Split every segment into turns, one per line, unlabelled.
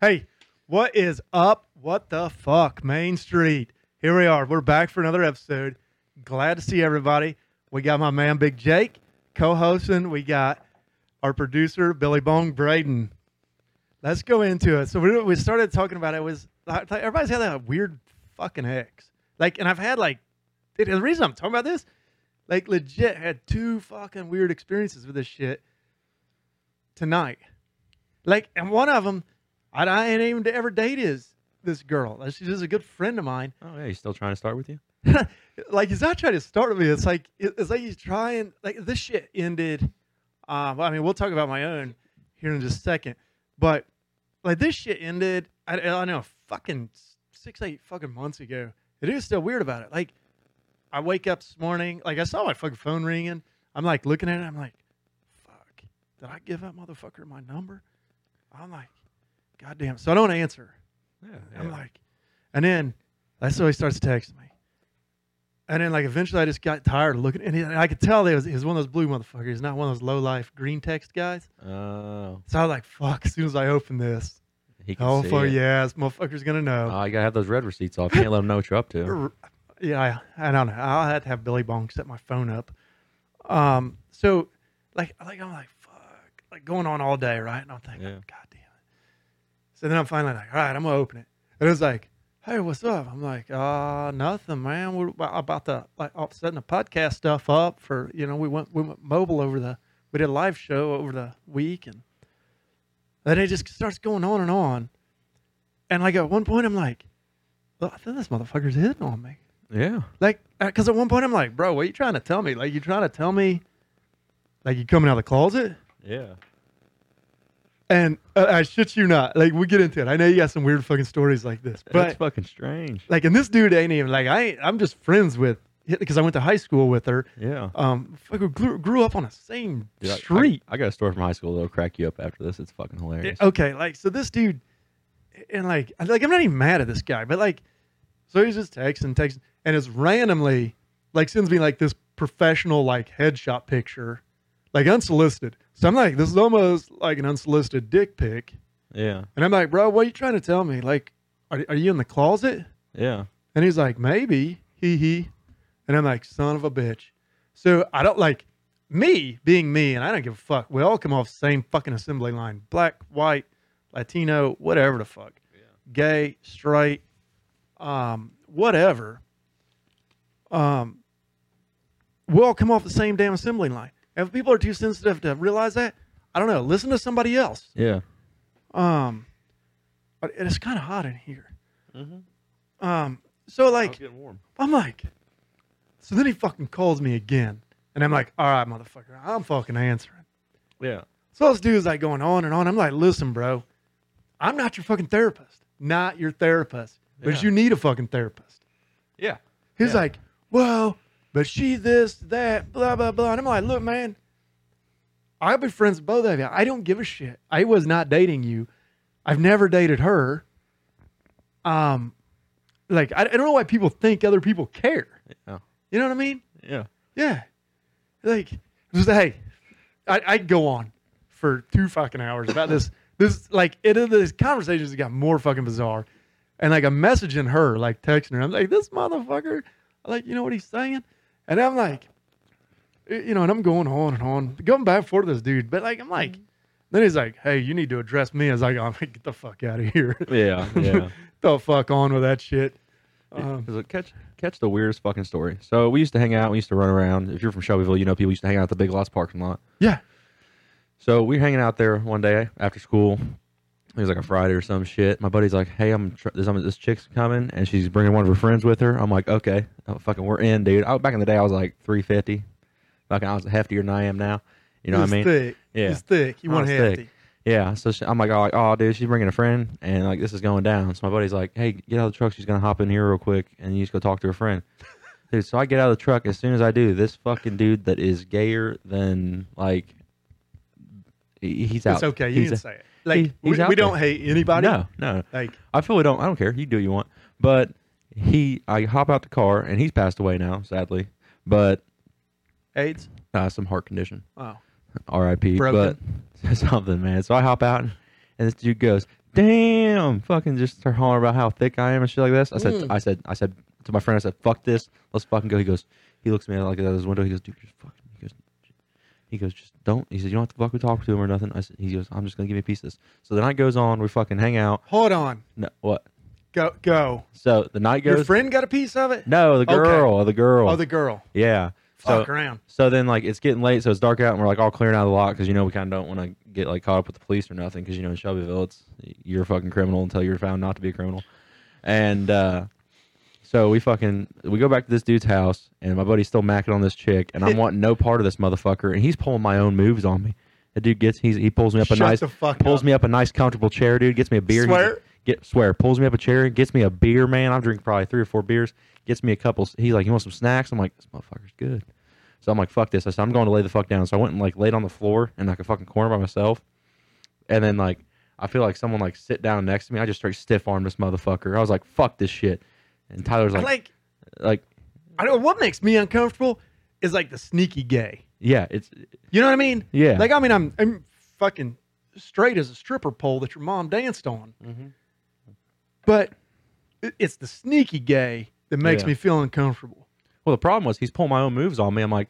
Hey, what is up? What the fuck? Main Street. Here we are. We're back for another episode. Glad to see everybody. We got my man, Big Jake, co hosting. We got our producer, Billy Bong Braden. Let's go into it. So we, we started talking about it was like, everybody's had that weird fucking hex. Like, and I've had like, dude, the reason I'm talking about this, like, legit had two fucking weird experiences with this shit tonight. Like, and one of them, I, I ain't even ever dated is this girl. Like, She's just a good friend of mine.
Oh yeah, he's still trying to start with you?
like he's not trying to start with me. It's like it- it's like he's trying. Like this shit ended. Uh, well, I mean, we'll talk about my own here in just a second. But like this shit ended. I, I don't know, fucking six eight fucking months ago. It is still weird about it. Like I wake up this morning. Like I saw my fucking phone ringing. I'm like looking at it. I'm like, fuck. Did I give that motherfucker my number? I'm like, goddamn. So I don't answer.
Yeah.
I'm like, and then that's when he starts texting me. And then like eventually I just got tired of looking, and, he, and I could tell he was, he was one of those blue motherfuckers, He's not one of those low life green text guys.
oh,
So I was like, fuck. As soon as I open this,
he can
oh
see
fuck
it.
yeah, this motherfucker's gonna know.
Oh, you gotta have those red receipts off. You can't let him know what you're up to.
R- yeah, I, I don't know. I'll have to have Billy Bong set my phone up. Um, so like like I'm like fuck, like going on all day, right? And I'm thinking,
Yeah.
god damn it. So then I'm finally like, all right, I'm gonna open it. And it's like, hey, what's up? I'm like, uh, nothing, man. We're ab- about to like all- setting the podcast stuff up for you know we went we went mobile over the we did a live show over the week and then it just starts going on and on. And like at one point, I'm like, well, I think this motherfucker's hitting on me.
Yeah.
Like, because at one point I'm like, bro, what you trying to tell me? Like, you trying to tell me, like, you coming out of the closet?
Yeah.
And uh, I shit you not, like, we get into it. I know you got some weird fucking stories like this,
That's
but
fucking strange.
like, and this dude ain't even like I. Ain't, I'm just friends with because I went to high school with her.
Yeah.
Um, fucking grew, grew up on the same
Dude, I- I-
street.
I, got a story from high school that'll crack you up after this. It's fucking hilarious.
Yeah, okay, like so this dude, and like I- like I'm not even mad at this guy, but like, so he's just texting, texting, and it's randomly like sends me like this professional like headshot picture, like unsolicited. So I'm like, this is almost like an unsolicited dick pic,
yeah.
and I'm like, bro, what are you trying to tell me? Like, are are you in the closet?
Yeah.
And he's like, maybe, hee hee. And I'm like, son of a bitch. So I don't like me being me, and I don't give a fuck. We all come off the same fucking assembly line black, white, Latino, whatever the fuck. Gay, straight, um, whatever. Um, we all come off the same damn assembly line. If people are too sensitive to realize that, I don't know. Listen to somebody else.
Yeah.
Um, but it's kind of hot in here. Um, so like,
getting warm.
I'm like, so then he fucking calls me again. And I'm like, all right, motherfucker, I'm fucking answering.
Yeah.
So this dude's like going on and on. I'm like, listen, bro, I'm not your fucking therapist. Not your therapist. But
Yeah.
you need a fucking therapist.
Yeah.
He's
Yeah.
like, well, but she this, that, blah, blah, blah. And I'm like, look, man, I'll be friends with both of you. I don't give a shit. I was not dating you. I've never dated her. Um, like, I, I don't know why people think other people care.
Yeah.
You know what I mean?
Yeah.
Yeah. Like, just, hey, I, I could go on for two fucking hours about this. This, like, it, this conversations got more fucking bizarre. And, like, I'm messaging her, like, texting her. I'm like, this motherfucker, like, you know what he's saying? And I'm like, you know, and I'm going on and on, going back and forth with this dude. But, like, I'm like, then he's like, hey, you need to address me. I was like, oh, get the fuck out of here.
Yeah. Yeah.
the fuck on with that shit. Um,
Because catch catch the weirdest fucking story. So we used to hang out. We used to run around. If you're from Shelbyville, you know people used to hang out at the Big Lots parking lot.
yeah.
So we were hanging out there one day after school. It was like a Friday or some shit. My buddy's like, "Hey, I'm tr- this, I'm this chick's coming, and she's bringing one of her friends with her." I'm like, "Okay, oh, fucking, we're in, dude." I, back in the day, I was like 350. Fucking, I was heftier than I am now. You know what I
He's
mean?
Thick.
Yeah.
He's thick. You
I
want
was
hefty.
thick. Yeah. So she, I'm like, "Oh, like, oh, dude, she's bringing a friend, and like this is going down." So my buddy's like, "Hey, get out of the truck. She's gonna hop in here real quick, and you just go talk to her friend." dude, so I get out of the truck as soon as I do. This fucking dude that is gayer than like. he- He's out.
It's okay. You
He's
didn't
a-
say it. Like
he- he's
we,
out
we
there.
don't hate anybody.
No, no.
Like
I feel we don't. I don't care. You do what you want. But he, I hop out the car, and he's passed away now, sadly. But
AIDS.
uh, some heart condition,
Oh.
R.I.P. But
Broken.
something, man. So I hop out, and this dude goes, damn, fucking just start hollering about how thick I am and shit like this. I said,
Mm.
I said, I said to my friend, I said, fuck this, let's fucking go. He goes, he looks at me like out of his window. He goes, dude, just fucking. He goes, he goes, just don't. He said, you don't have to fucking talk to him or nothing. I said, he goes, I'm just gonna give you a piece of this. So the night goes on. We fucking hang out.
Hold on.
No, what?
Go go.
So the night
Your
goes.
friend got a piece of it?
No, the
Okay.
girl, the girl.
Oh, the girl.
yeah. So
Fuck around.
so then like it's getting late, so it's dark out, and we're like all clearing out of the lot because you know we kind of don't want to get like caught up with the police or nothing because you know in Shelbyville it's you're a fucking criminal until you're found not to be a criminal, and uh, so we fucking we go back to this dude's house, and my buddy's still macking on this chick, and I'm wanting no part of this motherfucker, and he's pulling my own moves on me. The dude gets he's, he pulls me up a
Shut
nice
the fuck
pulls
up.
me up a nice comfortable chair, dude. Gets me a beer. He's-
Swear?
Get swear pulls me up a chair, gets me a beer, man. I'm drinking probably three or four beers. Gets me a couple. He's like, "You want some snacks?" I'm like, "This motherfucker's good." So I'm like, fuck this. I said, I'm going to lay the fuck down. So I went and like laid on the floor in like a fucking corner by myself. And then like I feel like someone like sit down next to me. I just straight stiff armed this motherfucker. I was like, fuck this shit. And Tyler's
I
like, like,
like I don't what makes me uncomfortable is like the sneaky gay.
yeah, it's
You know what I mean?
yeah.
Like I mean I'm I'm fucking straight as a stripper pole that your mom danced on.
Mhm.
But it- it's the sneaky gay that makes
Yeah.
me feel uncomfortable.
well, the problem was he's pulling my own moves on me. I'm like,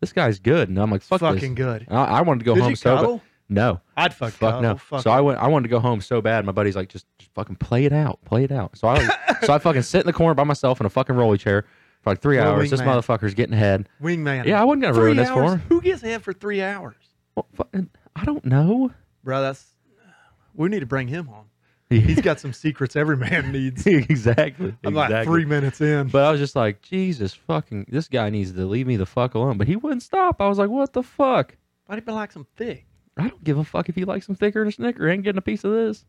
this guy's good. And I'm like, fuck
Fucking
this.
good.
And I, I wanted to go
Did
home
you
so
cuddle?
no.
I'd fuck,
fuck
cuddle.
no.
Fuck
so I went. I wanted to go home so bad. My buddy's like, just, just fucking play it out, play it out. So I, like, so I fucking sit in the corner by myself in a fucking rolly chair for like three
Well,
hours. This
wingman.
motherfucker's getting head.
wingman.
Yeah, I wasn't gonna
three
ruin this for
hours?
him.
Who gets head for three hours?
Well, fucking, I don't know.
Bro, that's we need to bring him on. He's got some secrets every man needs.
exactly.
I'm
exactly.
like three minutes in.
But I was just like, Jesus fucking, this guy needs to leave me the fuck alone. But he wouldn't stop. I was like, what the fuck?
Why do you like some thick?
I don't give a fuck if you like some thicker than a snicker. I ain't getting a piece of this.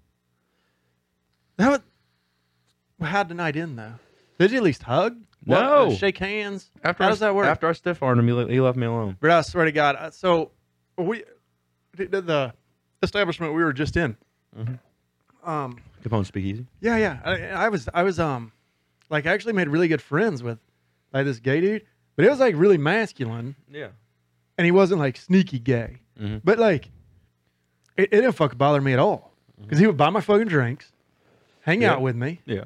That was, well, how'd the night end though? Did you at least hug? What,
No.
uh, shake hands.
After
How
I-
does that work?
After I stiff armed him, he le- he left me alone.
But I swear to God, I- so we the, the- the establishment we were just in.
Mhm.
Um,
Capone speakeasy.
yeah, yeah. I, I was, I was, um, like I actually made really good friends with like this gay dude, but it was like really masculine,
Yeah.
and he wasn't like sneaky gay.
Mhm.
But like, it, it didn't fucking bother me at all because he would buy my fucking drinks, hang
Yeah.
out with me.
Yeah.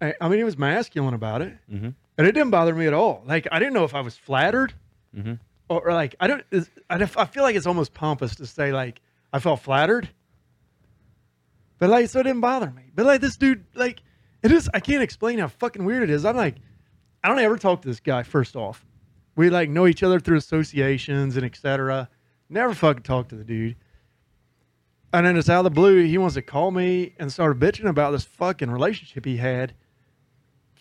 I, I mean, he was masculine about it,
Mhm.
and it didn't bother me at all. Like I didn't know if I was flattered.
Mm-hmm.
or, or, like I don't. is- I don't- I feel like it's almost pompous to say like I felt flattered, but like so it didn't bother me. But like this dude, like it is. I can't explain how fucking weird it is. I'm like, I don't ever talk to this guy. First off, we like know each other through associations and etc. Never fucking talk to the dude. And then it's out of the blue, he wants to call me and start bitching about this fucking relationship he had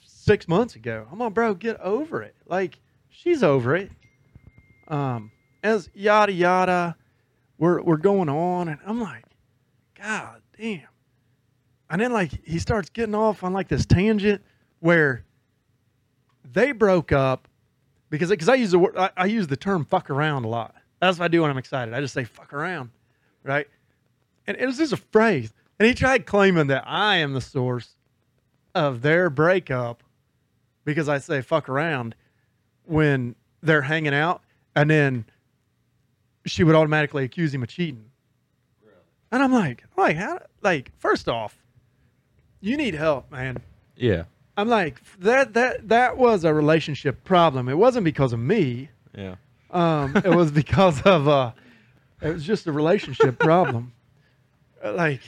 six months ago. I'm like, bro, get over it. Like, she's over it um, as yada yada, we're we're going on, and I'm like, God damn. And then like he starts getting off on like this tangent where they broke up because because I use the word I, I use the term fuck around a lot. That's what I do when I'm excited. I just say fuck around, right? And it was just a phrase. And he tried claiming that I am the source of their breakup because I say fuck around when they're hanging out, and then she would automatically accuse him of cheating. And I'm like, like how? Like first off, you need help, man.
Yeah.
I'm like that that that was a relationship problem. It wasn't because of me.
Yeah.
Um, it was because of uh, it was just a relationship problem. Uh, Like,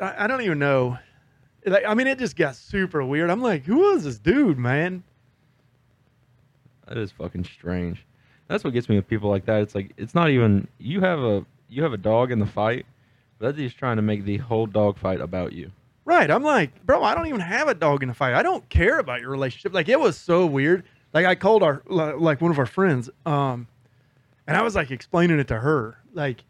I, I don't even know. Like, I mean, it just got super weird. I'm like, who is this dude, man?
That is fucking strange. That's what gets me with people like that. It's like it's not even you have a you have a dog in the fight, but that dude's trying to make the whole dog fight about you.
Right. I'm like, bro, I don't even have a dog in the fight. I don't care about your relationship. Like, it was so weird. Like, I called our, li- like, one of our friends, um, and I was like explaining it to her. Like,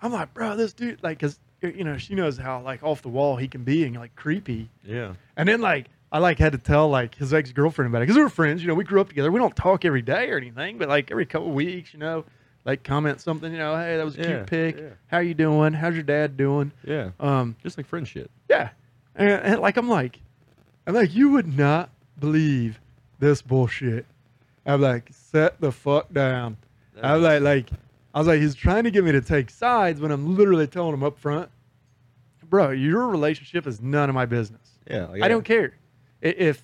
I'm like, bro, this dude, like, cause, you know, she knows how, like, off the wall he can be and, like, creepy.
Yeah.
And then, like, I, like, had to tell, like, his ex girlfriend about it. Cause we were friends, you know, we grew up together. We don't talk every day or anything, but, like, every couple weeks, you know, like, comment something, you know, hey, that was a
Yeah,
cute pic.
yeah.
How you doing? How's your dad doing?
Yeah.
Um,
Just like friend shit.
yeah. And, and, like I'm like, I'm like, you would not believe this bullshit. I'm like, set the fuck down. I'm like, like, I was like, he's trying to get me to take sides when I'm literally telling him up front, bro, your relationship is none of my business.
Yeah, like,
I don't care. I- If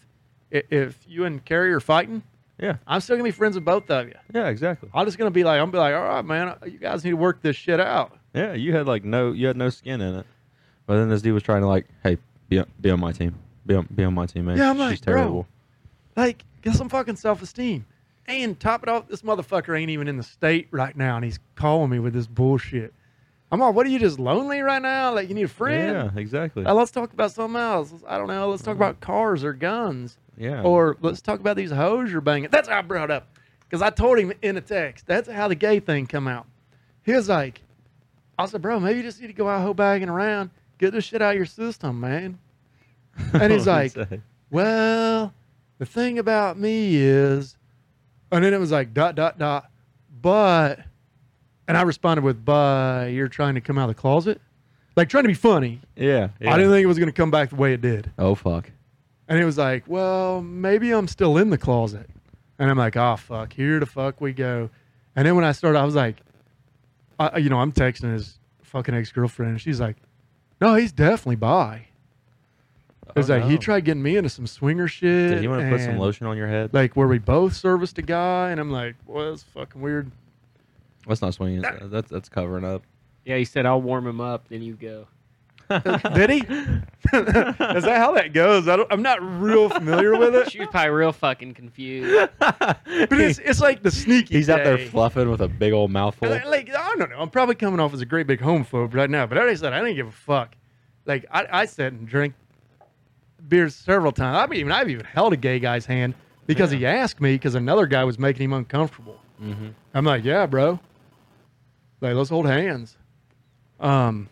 i- if you and Carrie are fighting,
Yeah,
I'm still gonna be friends with both of you.
yeah, exactly.
I'm just gonna be like, I'm gonna be like, all right, man, uh, you guys need to work this shit out.
Yeah, you had like no, you had no skin in it. But then this dude was trying to like, hey, be on, be on my team, be on, be on my team, man.
Yeah, I'm
She's
like, bro.
terrible.
Like, get some fucking self esteem. And top it off, this motherfucker ain't even in the state right now, and he's calling me with this bullshit. I'm all, what are you just lonely right now? Like, you need a friend?
Yeah, exactly.
Uh, let's talk about something else. I don't know. Let's talk about cars or guns.
yeah,
Or let's talk about these hoes you're banging. That's how I brought up. Because I told him in a text. That's how the gay thing come out. He was like, I said, bro, maybe you just need to go out hoe bagging around. Get this shit out of your system, man. and he's like, Well, the thing about me is, and then it was like dot dot dot, but, and I responded with, "But you're trying to come out of the closet, like trying to be funny."
yeah, yeah.
I didn't think it was going to come back the way it did,
Oh fuck.
and it was like, "Well, maybe I'm still in the closet," and I'm like, "Oh fuck, here the fuck we go," and then when I started, I was like, I, "You know, I'm texting his fucking ex girlfriend, and she's like, no, he's definitely bi." It's
Oh,
like he
no.
tried getting me into some swinger shit.
Did he want to put some
and-
lotion on your head?
like where we both serviced a guy, and I'm like, well, that's fucking weird.
Let's not swing it. That's that's covering up.
Yeah, he said I'll warm him up, then you go.
Did he? Is that how that goes? I don't, I'm not real familiar with it,
She was probably real fucking confused.
but it's, it's like the sneaky.
He's out there
gay.
fluffing with a big old mouthful.
Like, like, I don't know. I'm probably coming off as a great big homophobe right now, but I already said I didn't give a fuck. Like I, I sat and drank beers several times. I've even I've even held a gay guy's hand because he asked me because another guy was making him uncomfortable.
Mhm.
I'm like, yeah, bro. Like, let's hold hands. Um,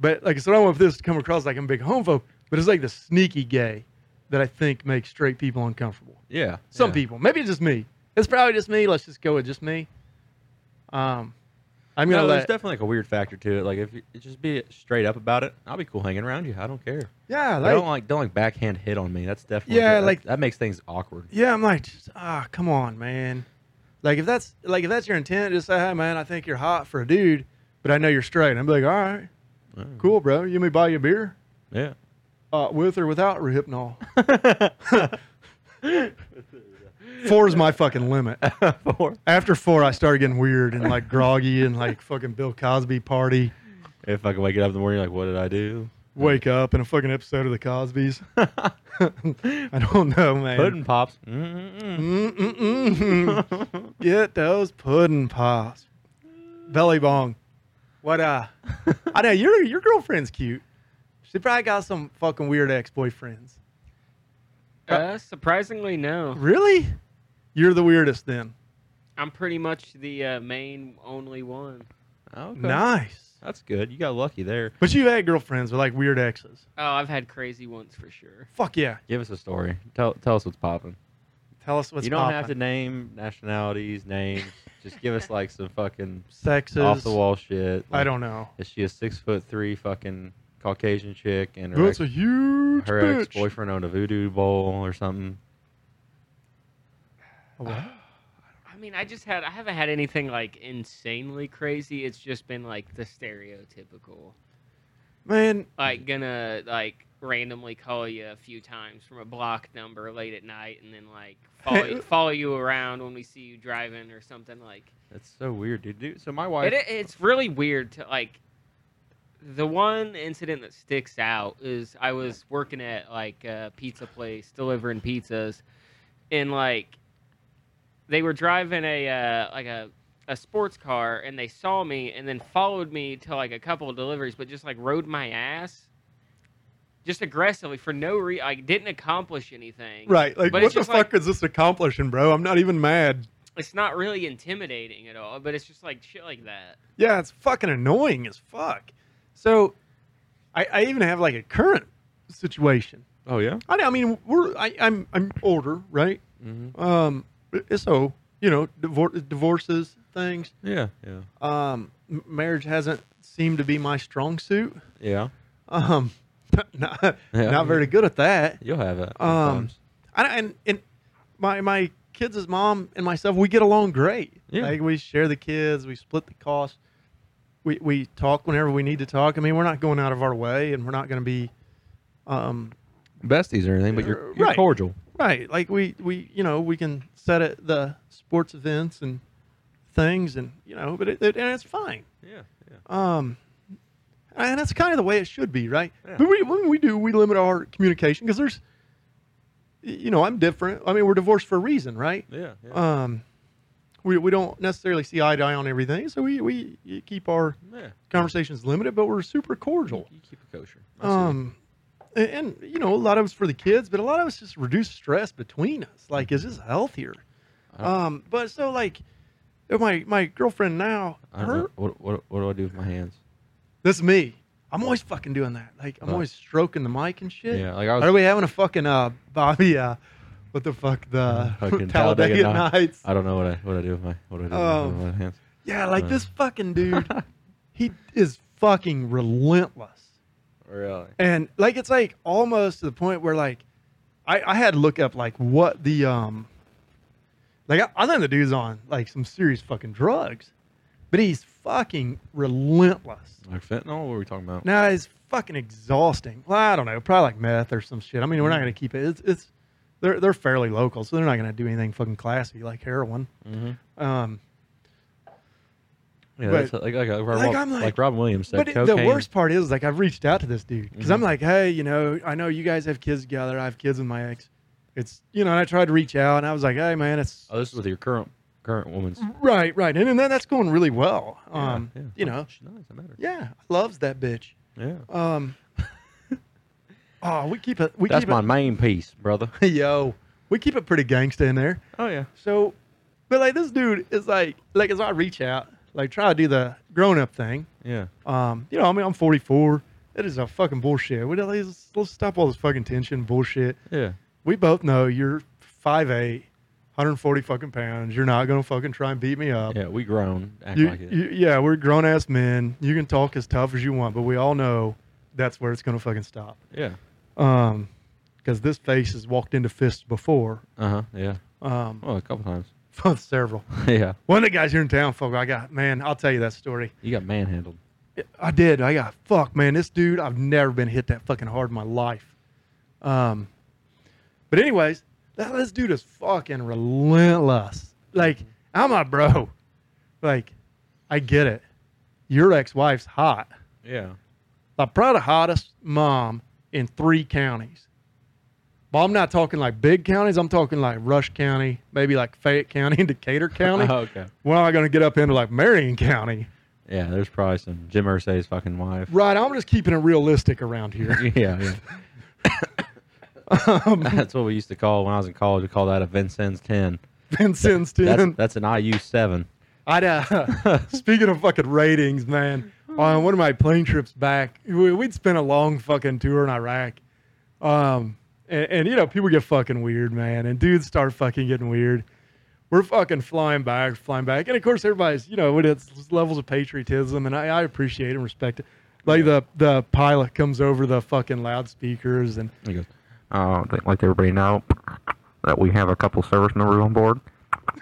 but like I said, I don't know if this come across like I'm a big homophobe, but it's like the sneaky gay that I think makes straight people uncomfortable.
Yeah.
Some
yeah.
people, maybe it's just me. It's probably just me. Let's just go with just me. Um, I'm gonna
No, there's
let
definitely like a weird factor to it. Like if you just be straight up about it, I'll be cool hanging around you. I don't care.
yeah,
I
like,
don't like don't like backhand hit on me. That's definitely
Yeah,
that-
like-
that makes things awkward.
yeah. I'm like, just, ah, come on, man. Like if that's like if that's your intent, just say, hey, man, I think you're hot for a dude, but I know you're straight. And I'm like, all right, cool, bro. You may buy you a beer.
Oh, Yeah.
uh, with or without rehypnol. four is my fucking limit.
Four.
After four, I started getting weird and like groggy and like fucking Bill Cosby party.
If I can wake it up in the morning, like what did I do?
Wake up in a fucking episode of the Cosbys. I don't know, man.
Pudding pops. Mm-hmm. Mm-mm-mm.
Pudding. Get those pudding pops. Belly bong. What uh? I know your your girlfriend's cute. She probably got some fucking weird ex boyfriends.
Uh, surprisingly, no.
Really? You're the weirdest then.
I'm pretty much the uh, main only one.
Okay.
Nice.
That's good. You got lucky there.
But you've had girlfriends with like weird exes.
Oh, I've had crazy ones for sure.
Fuck yeah.
Give us a story. Tell tell us what's popping.
Tell us what's
you don't
poppin'.
have to name nationalities, names. just give us like some fucking
Sexes.
off the wall shit.
I
Like,
don't know.
Is she a six foot three fucking Caucasian chick and her
That's
ex,
a huge
her
bitch.
ex boyfriend owned a voodoo bowl or something?
I mean, I just had I haven't had anything like insanely crazy. It's just been like the stereotypical,
Man,
like gonna like randomly call you a few times from a block number late at night, and then like follow, follow you around when we see you driving or something like.
That's so weird, dude. dude so my wife.
It, it's really weird to like. The one incident that sticks out is I was working at like a pizza place delivering pizzas, and like they were driving a uh, like a a sports car, and they saw me and then followed me to like a couple of deliveries, but just like rode my ass. Just aggressively for no reason, like didn't accomplish anything.
right. Like,
But
what
it's
the
just
fuck
like-
is this accomplishing, bro? I'm not even mad.
It's not really intimidating at all, but it's just like shit like that.
Yeah, it's fucking annoying as fuck. So, I, I even have like a current situation.
oh yeah.
I, I mean, we're I, I'm I'm older, right?
Mm-hmm.
Um, so you know, divor- divorces, things.
Yeah. Yeah.
Um, m- marriage hasn't seemed to be my strong suit.
Yeah.
Um, not,
Yeah.
not very good at that.
You'll have that.
Um,
Sometimes.
I, and and my my kids' mom and myself, we get along great.
Yeah.
Like we share the kids, we split the cost, we we talk whenever we need to talk. I mean, we're not going out of our way, and we're not going to be, um,
besties or anything, but you're, you're
Right.
cordial.
right. Like we we you know we can set at the sports events and things, and you know, but it, it, and it's fine.
Yeah, yeah.
Um, and that's kind of the way it should be, right?
Yeah.
But we, when we do, we limit our communication because there's, y- you know, I'm different. I mean, we're divorced for a reason, right?
Yeah, yeah.
Um, we, we don't necessarily see eye to eye on everything, so we, we keep our
yeah.
conversations limited, but we're super cordial.
You keep it kosher. I see.
Um, and, and you know, a lot of it's for the kids, but a lot of it's just reduced stress between us. Like, is this healthier?
I don't-
Um, but so like, my my girlfriend now,
I don't
her
know. What, what, what do I do with my hands?
That's me. I'm always fucking doing that. Like I'm
Huh.
always stroking the mic and shit.
Yeah, like I
Are
was.
we having a fucking uh Bobby uh what the fuck the
Fucking
Talladega,
Talladega Nights.
Nights?
I don't know what I what I do with my what do I do
Um,
with my hands.
Yeah, like
Uh.
this fucking dude, he is fucking relentless.
Really?
And like it's like almost to the point where like I, I had to look up like what the um like I, I think the dude's on like some serious fucking drugs. But he's fucking relentless.
Like fentanyl? What are we talking about?
No, it's fucking exhausting. Well, I don't know, probably like meth or some shit. I mean, we're not gonna keep it. It's, it's they're they're fairly local, so they're not gonna do anything fucking classy like heroin.
Mm-hmm.
Um, But-
Yeah, that's like like, uh, Rob-
Like, I'm like-
like Robin Williams said.
but it- the
cocaine-
worst part is like I've reached out to this dude because I'm
Mhm.
like, hey, you know, I know you guys have kids together. I have kids with my ex. It's you know, and I tried to reach out, and I was like, hey, man, it's
Oh, this is with your current current woman's.
right, right, and, and that, that's going really well. Um,
Yeah, yeah.
you know,
Oh, She's nice. I met her.
yeah, loves that bitch.
Yeah.
Um, oh, we keep it. We
That's
keep
my main piece, brother.
it. Yo, we keep it pretty gangsta in there.
Oh yeah.
So, but like this dude is like, like as I reach out, like try to do the grown up thing.
Yeah.
Um, you know, I mean, I'm 44. That is a fucking bullshit. We don't- let's, let's stop all this fucking tension bullshit.
Yeah.
We both know you're 5'8", 140 fucking pounds. You're not gonna fucking try and beat me up.
Yeah. We grown. Act
You,
like it.
you, yeah, we're grown ass men. You can talk as tough as you want, but we all know that's where it's gonna fucking stop.
yeah.
Um, because this face has walked into fists before.
Uh huh. Yeah.
Um,
Well, a couple times.
several.
yeah.
One of the guys here in town, folk, I got, man, I'll tell you that story.
You got manhandled.
I did. I got, fuck, man, this dude, I've never been hit that fucking hard in my life. Um, but, anyways, that, this dude is fucking relentless. Like,
Mm-hmm.
I'm a bro. Like, I get it. Your ex wife's hot.
Yeah.
Like, probably the hottest mom in three counties. But I'm not talking like big counties. I'm talking like Rush County, maybe like Fayette County and Decatur County.
Oh, okay.
When am I going to get up into like Marion County?
Yeah. There's probably some Jim Irsay's fucking wife.
Right. I'm just keeping it realistic around here.
yeah. Yeah.
um,
That's what we used to call when I was in college. We called that a Vincennes ten.
Vincent's
That's
dude.
that's an IU seven.
I'd, uh, speaking of fucking ratings, man, on one of my plane trips back, we, we'd spent a long fucking tour in Iraq. Um, and, and, you know, people get fucking weird, man. And dudes start fucking getting weird. We're fucking flying back, flying back. And of course, everybody's, you know, with its levels of patriotism, and I, I appreciate and respect it. Like the, the pilot comes over the fucking loudspeakers and
He goes,
Uh, I'd like everybody to know that we have a couple service members on board.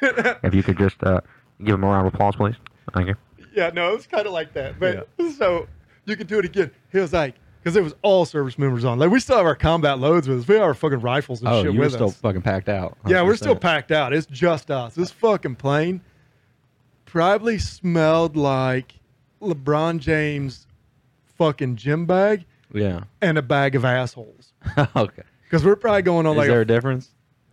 if you could just uh, give them a round of applause, please. Thank you.
Yeah, no, it was kind of like that. But so you can do it again. He was like, because it was all service members on. Like we still have our combat loads with us. We have our fucking rifles and
"Oh,
shit
you were
with
still
us.
fucking packed out."
Yeah, we're still
100%.
packed out. It's just us. This fucking plane probably smelled like LeBron James' fucking gym bag
Yeah.
and a bag of assholes.
okay.
Because we're probably going on
Is
Oh, like
there
a,
a difference?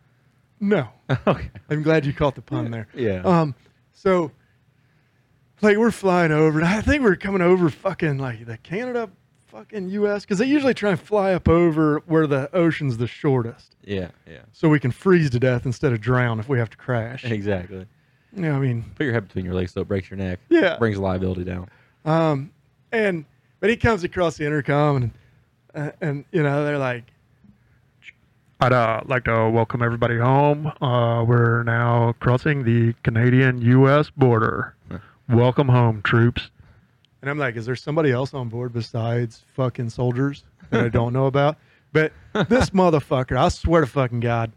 no.
okay.
I'm glad you caught the pun there.
Yeah.
Um, so like we're flying over, and I think we're coming over fucking like the Canada, fucking U.S. because they usually try and fly up over where the ocean's the shortest,
yeah. Yeah.
so we can freeze to death instead of drown if we have to crash. You
Exactly.
know, I mean,
Put your head between your legs so it breaks your neck.
Yeah.
Brings liability down.
Um, and but he comes across the intercom, and uh, and you know they're like, I'd uh, like to welcome everybody home. Uh, we're now crossing the Canadian-U.S. border.
Huh.
Welcome home, troops. And I'm like, is there somebody else on board besides fucking soldiers that I don't know about? But this motherfucker, I swear to fucking God,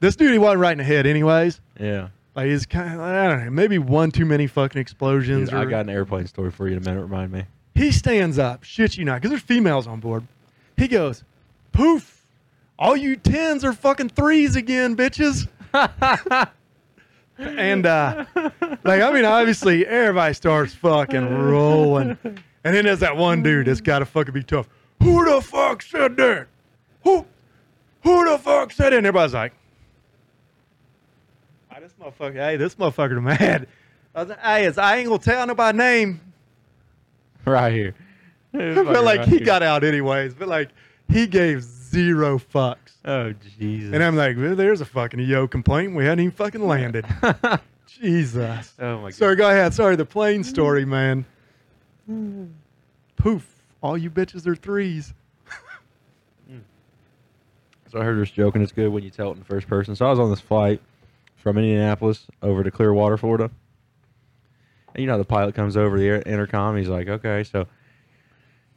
This dude, he wasn't right in the head, anyways.
Yeah.
Like he's kind of, I don't know, maybe one too many fucking explosions.
Dude, I
or-
got an airplane story for you in a minute. Remind me.
He stands up, shit you not, because there's females on board. He goes, poof, all you tens are fucking threes again, bitches. and uh, like, I mean, obviously, everybody starts fucking rolling. And then there's that one dude that's got to fucking be tough. Who the fuck said that? Who, who the fuck said it? And everybody's like, "Ah, this motherfucker, hey, this motherfucker mad. I was like, hey, it's, I ain't gonna tell nobody name,
right here.
but like he got out anyways. But like he gave zero fucks,
Oh Jesus.
and I'm like, well, there's a fucking EO complaint. We hadn't even fucking landed. Jesus.
oh my
Sorry, go ahead. Sorry, the plane story, man. Poof! All you bitches are threes.
So I heard this joke, and it's good when you tell it in first person. So I was on this flight from Indianapolis over to Clearwater, Florida. And you know, how the pilot comes over the air, intercom. He's like, okay, so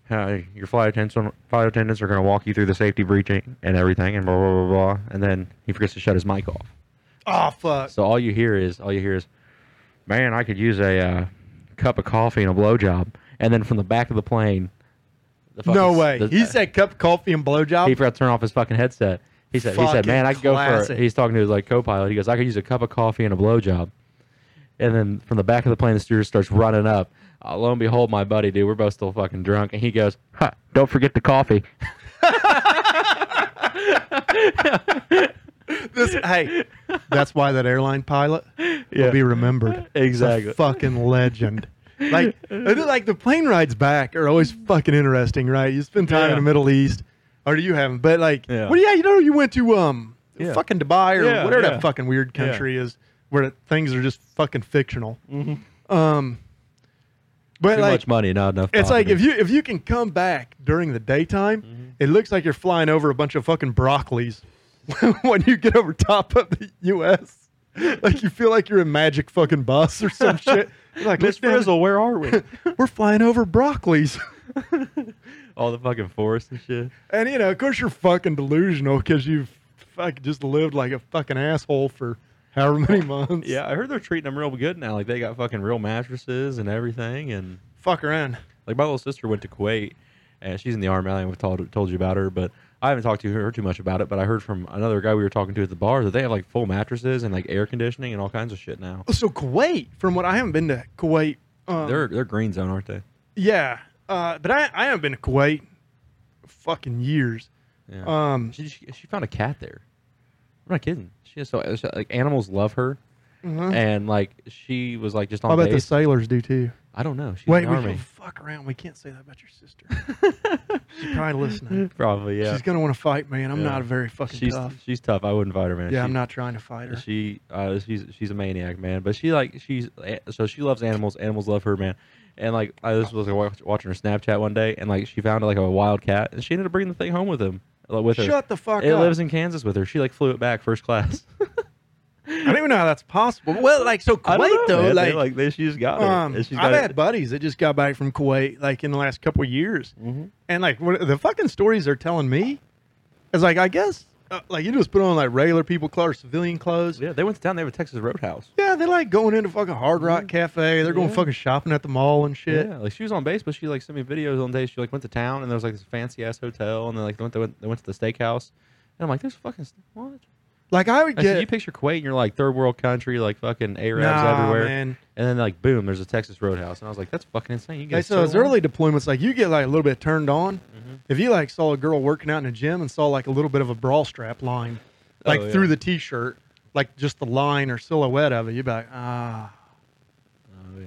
uh, your flight attendants, flight attendants are going to walk you through the safety breaching and everything, and blah, blah, blah, blah. And then he forgets to shut his mic off.
Oh fuck!
So all you hear is, all you hear is, man, I could use a uh, cup of coffee and a blowjob. And then from the back of the plane, the
No
fucking-
way.
the-
He said cup of coffee and
he
blowjob.
forgot to turn off his fucking headset. He said, he said,
Fucking
man, I could go for.
classic.
He's talking to his like co-pilot. He goes, I could use a cup of coffee and a blowjob. And then from the back of the plane, the steward starts running up. Uh, lo and behold, my buddy, dude, we're both still fucking drunk, and he goes, huh, "Don't forget the coffee."
This, hey, that's why that airline pilot
Yeah.
will be remembered.
Exactly.
a fucking legend. Like, I feel like the plane rides back are always fucking interesting, right? You spend time
Yeah.
in the Middle East, or you haven't? But like,
Yeah.
well, yeah, you know, you went to um,
Yeah.
fucking Dubai or
Yeah,
whatever
yeah.
that fucking weird
Yeah.
country is, where things are just fucking fictional. Um, but
Mm-hmm. Too
like,
much money, not enough.
it's like
coffee.
if you if you can come back during the daytime, it looks like you're flying over a bunch of fucking broccolis when you get over top of the U.S. Like you feel like you're in Magic fucking Bus or some shit. You're like
Miss
"Look down,
Frizzle, where are we?
we're flying over broccolis,
All the fucking forest and shit.
and you know, of course, you're fucking delusional because you've fucking just lived like a fucking asshole for however many months.
Yeah, I heard they're treating them real good now. Like they got fucking real mattresses and everything, and
fuck around.
Like my little sister went to Kuwait, and she's in the army. I haven't told told you about her, but I haven't talked to her too much about it. But I heard from another guy we were talking to at the bar that they have like full mattresses and like air conditioning and all kinds of shit now.
So Kuwait, from what I haven't been to Kuwait, um,
They're they're green zone, aren't they?
Yeah, uh, but I, I haven't been to Kuwait fucking years.
Yeah.
Um,
she, she she found a cat there. I'm not kidding. She is so like animals love her,
uh-huh.
and like she was like just
I
on
bet the
base.
sailors do too.
I don't know. She's
Wait,
in
we
the
can
army.
fuck around. We can't say that about your sister. She's probably listening.
Probably yeah.
She's gonna want to fight me, and I'm
Yeah.
not very fucking
she's
tough.
she's tough. I wouldn't fight her, man.
yeah, I'm
She-
not trying to fight her.
She uh, she's she's a maniac, man. But she like she's so she loves animals. Animals love her, man. And like I just was wa- watching her Snapchat one day, and like she found like a wild cat, and she ended up bringing the thing home with him uh, with her.
Shut the fuck
it
up.
lives in Kansas with her. She like flew it back first class.
I don't even know how that's possible. Well, like so
I
Kuwait
don't know,
though,
man. They,
like,
like they, she just got
um,
it. And she's got
I've had
it.
buddies that just got back from Kuwait like in the last couple of years,
Mhm.
and like what, the fucking stories they're telling me is like I guess uh, like you just put on like regular people clothes, civilian clothes.
Yeah, they went down. They have a Texas Roadhouse.
Yeah, they like going into fucking Hard Rock Cafe. They're going
Yeah.
fucking shopping at the mall and shit.
Yeah, like she was on base, but she like sent me videos on days she like went to town, and there was like this fancy ass hotel, and then like they went, they went they went to the steakhouse, and I'm like, there's fucking st- what?
Like I would
I said,
get
you picture Kuwait and you're like third world country, like fucking Arabs
Nah,
everywhere.
Man.
And then like boom, there's a Texas Roadhouse. And I was like, that's fucking insane. You
Okay,
guys
so those early deployments, like you get like a little bit turned on.
Mm-hmm.
If you like saw a girl working out in a gym and saw like a little bit of a bra strap line, like
Oh, yeah.
through the t-shirt, like just the line or silhouette of it, you'd be like, ah.
Oh yeah.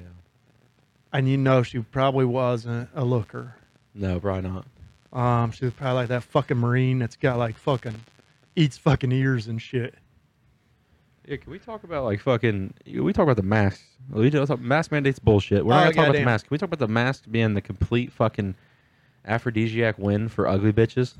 And you know she probably wasn't a looker.
No, probably not.
Um, she was probably like that fucking marine that's got like fucking eats fucking ears and shit.
Yeah, can we talk about like fucking we talk about the masks. We don't talk mask mandates bullshit. We're
Oh,
not gonna talk about the
goddamn.
mask. Can we talk about the mask being the complete fucking aphrodisiac win for ugly bitches?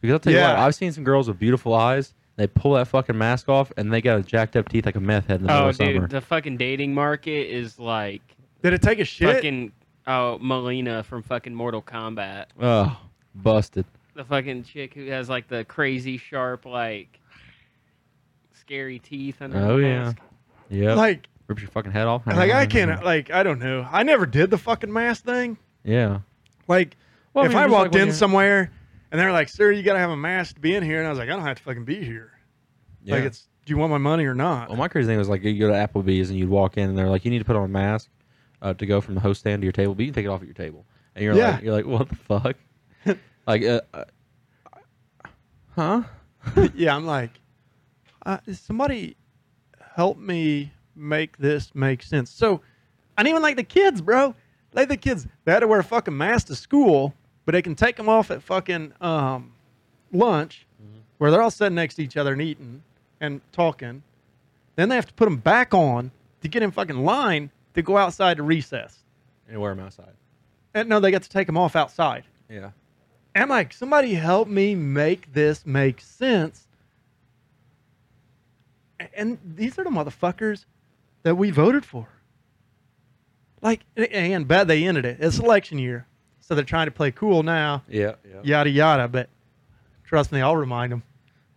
Because I'll tell you what,
Yeah.
I've seen some girls with beautiful eyes, they pull that fucking mask off and they got a jacked up teeth like a meth head in the middle
Oh,
of summer.
dude, the fucking dating market is like
Did it take a shit?
fucking oh Melina from fucking Mortal Kombat.
Ugh, busted.
The fucking chick who has like the crazy sharp like scary teeth under
Oh,
the
yeah.
mask.
Yeah.
Like,
Rips your fucking head off.
like I
Mm-hmm.
can't. Like, I don't know. I never did the fucking mask thing.
Yeah.
Like,
Well,
if
mean,
I
just
walked
like when
in
you're-
somewhere and they're like, "Sir, you gotta have a mask to be in here," and I was like, "I don't have to fucking be here.
yeah.
Like, it's do you want my money or not?"
Well, my crazy thing was like you go to Applebee's and you'd walk in and they're like, you need to put on a mask uh, to go from the host stand to your table, but you can take it off at your table. And you're
Yeah.
like, you're like, what the fuck? like, uh, uh, huh?
yeah, I'm like, uh, somebody help me make this make sense. So, and even like the kids, bro, like the kids, they had to wear a fucking mask to school, but they can take them off at fucking um, lunch, where they're all sitting next to each other and eating and talking. Then they have to put them back on to get in fucking line to go outside to recess.
And wear them outside.
And no, they got to take them off outside.
Yeah.
I'm like, somebody help me make this make sense. A- And these are the motherfuckers that we voted for. Like, a- and bad they ended it. It's election year. So they're trying to play cool now,
Yeah. Yeah.
yada, yada. But trust me, I'll remind them.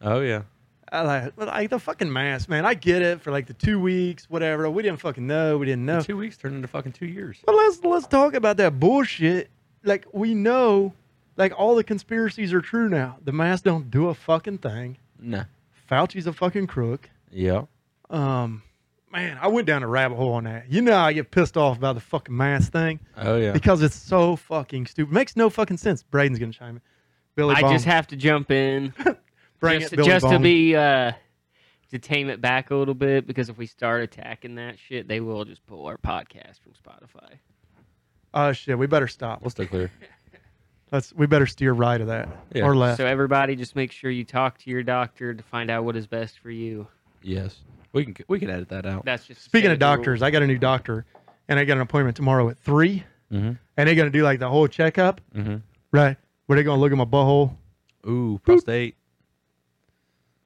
Oh, yeah.
I like, but, like the fucking mask, man. I get it for like the two weeks, whatever. We didn't fucking know. We didn't know.
Two weeks turned into fucking two years.
But let's let's talk about that bullshit. Like we know, like all the conspiracies are true now. The masks don't do a fucking thing.
Nah.
Fauci's a fucking crook.
Yeah.
Um, man, I went down a rabbit hole on that. You know, I get pissed off about the fucking mask thing
Oh, yeah.
because it's so fucking stupid. Makes no fucking sense. Braden's gonna chime in. Billy,
I
Bone.
just have to jump in
Bring
just,
it, Billy
just to
Bone.
be uh, to tame it back a little bit because if we start attacking that shit, they will just pull our podcast from Spotify.
Oh shit, we better stop.
We'll stay clear.
Let's we better steer right of that
Yeah.
or left.
So everybody, just make sure you talk to your doctor to find out what is best for you.
Yes. We can we can edit that out.
That's just
Speaking of
standard rule.
doctors, I got a new doctor, and I got an appointment tomorrow at three.
Mhm.
And they're gonna do like the whole checkup.
Mm-hmm.
Right. Where they gonna look at my butthole?
Ooh, prostate.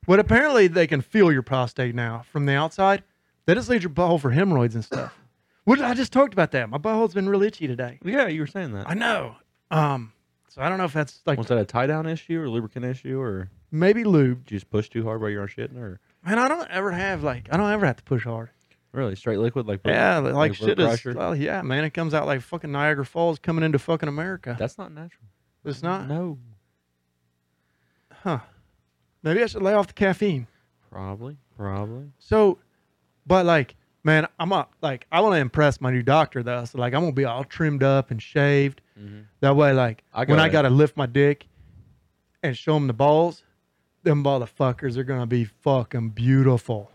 But apparently they can feel your prostate now from the outside. They just leave your butthole for hemorrhoids and stuff. Which I just talked about that. My butthole's been real itchy today.
Yeah, you were saying that.
I know. Um, so I don't know if that's like
Was that a tie down issue or lubricant issue or
maybe lube.
did you just push too hard while you were shitting or
Man, I don't ever have like I don't ever have to push hard.
really straight liquid like
Yeah, like,
like blood
shit is.
pressure?
Well, yeah, man, it comes out like fucking Niagara Falls coming into fucking America.
That's not natural.
it's not.
No.
Huh. Maybe I should lay off the caffeine.
Probably. Probably.
So, but like, man, I'm not like I want to impress my new doctor though. So like, I'm gonna be all trimmed up and shaved. That way, like,
Mm-hmm. I
when I
gotta-
gotta lift my dick and show them the balls, them motherfuckers are gonna be fucking beautiful.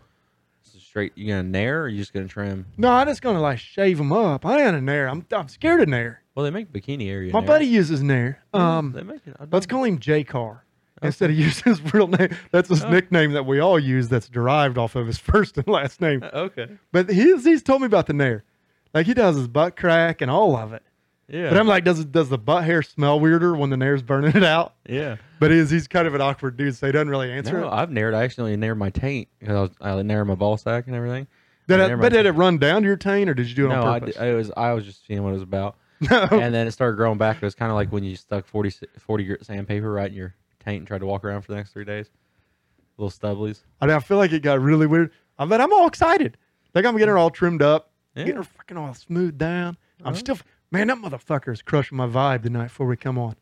So straight you gonna nair or you just gonna trim?
No, I'm just gonna like shave them up. I ain't a nair. I'm I'm scared of nair.
Well they make bikini area.
My
nair. Mm-hmm.
buddy uses nair.
Yeah,
Um,
they make it. I
let's
don't-
call him J Car. Instead of using his real name, that's his
Oh.
nickname that we all use. That's derived off of his first and last name.
Uh, Okay.
But he's he's told me about the nair. Like he does his butt crack and all of it.
Yeah.
But I'm like, does does the butt hair smell weirder when the nair's burning it out?
yeah.
But he's he's kind of an awkward dude, so he doesn't really answer
No,
it.
I've nared. I accidentally nared my taint because I was I nared my ball sack and everything.
Did
I
it,
nared my
but did
taint.
it run down to your taint or did you do it
no,
on
I,
purpose?
did- it was I was just seeing what it was about,
no.
and then it started growing back. It was kind of like when you stuck 40, 40 grit sandpaper right in your taint and tried to walk around for the next three days. Little stubblies.
And I feel like it got really weird. I mean, I'm all excited. Like I'm getting her all trimmed up,
Yeah.
getting her fucking all smoothed down. I'm
Uh-huh.
still man, that motherfucker is crushing my vibe the night before we come on.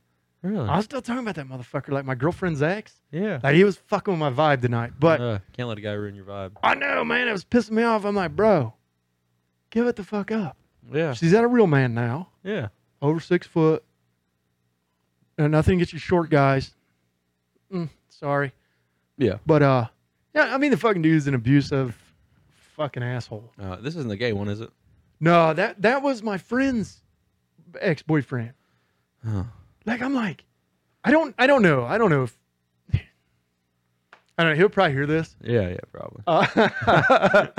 Really?
I was still talking about that motherfucker, like my girlfriend's ex.
yeah.
Like he was fucking with my vibe tonight. But
Uh, can't let a guy ruin your vibe.
I know, man. It was pissing me off. I'm like, bro, give it the fuck up.
Yeah.
She's at a real man now,
Yeah.
over six foot, and nothing gets you short guys. Mm, sorry,
Yeah.
but uh, yeah. I mean, the fucking dude's an abusive fucking asshole.
Uh, this isn't the gay one, is it?
No, that that was my friend's ex boyfriend.
Huh.
Like, I'm like, I don't, I don't know, I don't know if. I don't know. He'll probably hear this.
Yeah. Yeah. Probably.
Uh,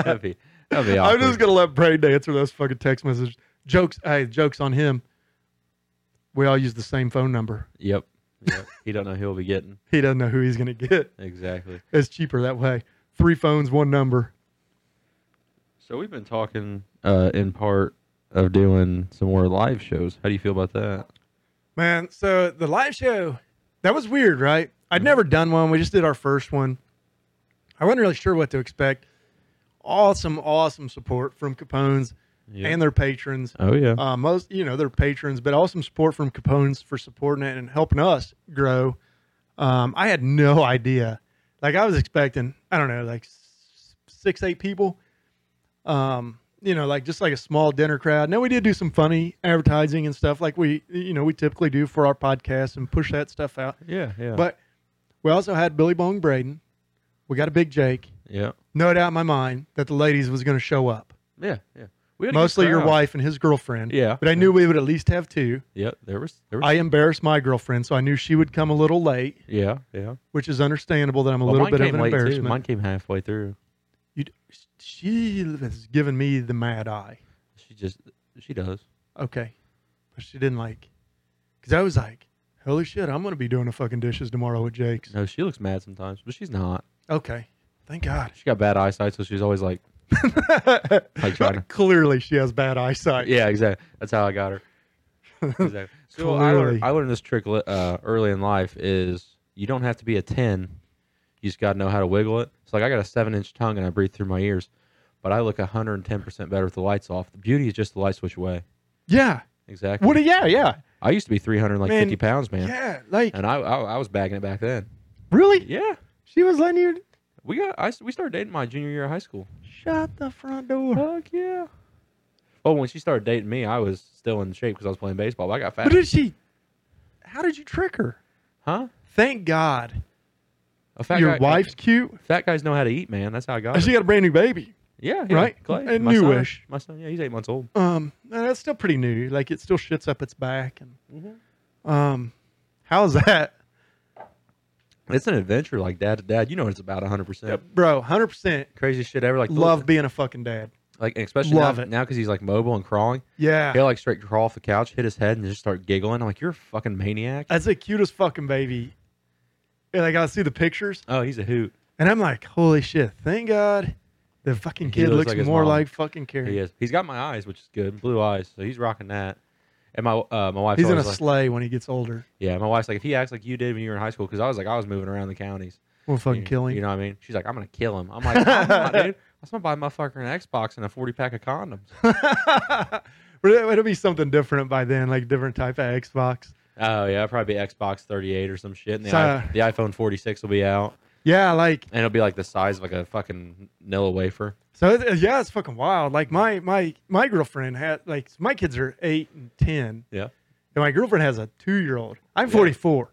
That'd be. That'd be
I'm
awkward.
just gonna let Braden answer those fucking text messages. Jokes, hey, jokes on him. We all use the same phone number.
Yep. Yep. he don't know who he'll be getting.
He doesn't know who he's gonna get.
Exactly.
It's cheaper that way. Three phones, one number.
So we've been talking uh, in part of doing some more live shows. How do you feel about that?
Man, so the live show that was weird, right? I'd never done one. We just did our first one. I wasn't really sure what to expect. Awesome, awesome support from Capone's
Yeah.
and their patrons.
oh yeah.
Uh, most, you know, their patrons, but awesome support from Capone's for supporting it and helping us grow. Um, I had no idea. Like I was expecting, I don't know, like s- six, eight people. Um, you know, like just like a small dinner crowd. Now we did do some funny advertising and stuff, like we, you know, we typically do for our podcast and push that stuff out.
yeah. Yeah.
But we also had Billy Bong Braden. We got a big Jake.
yeah.
No doubt in my mind that the ladies was going to show up.
Yeah. Yeah. We had a good
Mostly your
crowd.
wife and his girlfriend.
Yeah.
But I knew we would at least have two.
Yeah. There was. There was.
I embarrassed my girlfriend, so I knew she would come a little late,
yeah. Yeah.
which is understandable that I'm a
Well,
little
mine
bit of
came
an
late, too. Mine
embarrassment.
came halfway through.
You d she has given me the mad eye.
She just. She does.
Okay. But she didn't like, because I was like, holy shit, I'm going to be doing the fucking dishes tomorrow at Jake's.
No, she looks mad sometimes, but she's not.
Okay. Thank God.
She got bad eyesight, so she's always like, trying to-
Clearly, she has bad eyesight.
yeah, exactly. That's how I got her. Exactly. So I
Clearly.
learned, I learned this trick li- uh, early in life is you don't have to be a ten, you just got to know how to wiggle it. It's like I got a seven inch tongue and I breathe through my ears, but I look hundred and ten percent better with the lights off. The beauty is just the light switch away.
Yeah.
Exactly.
What? a- Yeah, yeah,
I used to be three hundred like
Man,
fifty pounds, man,
yeah. Like
and I, I I was bagging it back then.
really,
Yeah,
she was letting you
we got I s- we started dating my junior year of high school.
shut the front door.
Fuck yeah. Oh, when she started dating me, I was still in shape because I was playing baseball. But I got fat.
But did she? How did you trick her?
huh?
Thank God,
A fat
your
guy-
wife's cute.
Fat guys know how to eat, man. That's how I got.
And
it.
she got a brand new baby.
yeah, yeah,
right?
Clay,
And
my son.
newish.
My son, yeah, he's eight months old.
Um, no, that's still pretty new. Like it still shits up its back. And
Mhm.
um, how's that,
It's an adventure, like dad to dad. You know, what it's about hundred percent
bro? Hundred percent.
crazy shit ever. Like
Love being a fucking dad.
like and especially
love
now,
it.
now because he's like mobile and crawling.
Yeah,
He'll like straight crawl off the couch, hit his head, and just start giggling. I'm like, you're a fucking maniac.
that's the cutest fucking baby. And, like I see the pictures,
oh, he's a hoot.
and I'm like, holy shit! Thank God, the fucking kid
looks
looks,
like his
more
mom.
like fucking Carrie.
He is. He's got my eyes, which is good. Blue eyes, so he's rocking that. And my uh, my wife's
He's in a
always like,
sleigh when he gets older.
yeah. My wife's like, if he acts like you did when you were in high school, because I was like, I was moving around the counties.
We'll fucking
you,
kill him.
You know what I mean? She's like, I'm gonna kill him. I'm like, I'm not, dude. I'm gonna buy my fucker an Xbox and a 40 pack of condoms.
But it- It'll be something different by then, like different type of Xbox.
Oh yeah, it'll probably be Xbox 38 or some shit. And the,
So-
i- the iPhone 46 will be out,
Yeah, like
and it'll be like the size of like a fucking Nilla wafer.
so. It, yeah, it's fucking wild. Like my my my girlfriend had like my kids are eight and ten.
Yeah.
and my girlfriend has a two year old. I'm
Yeah.
44,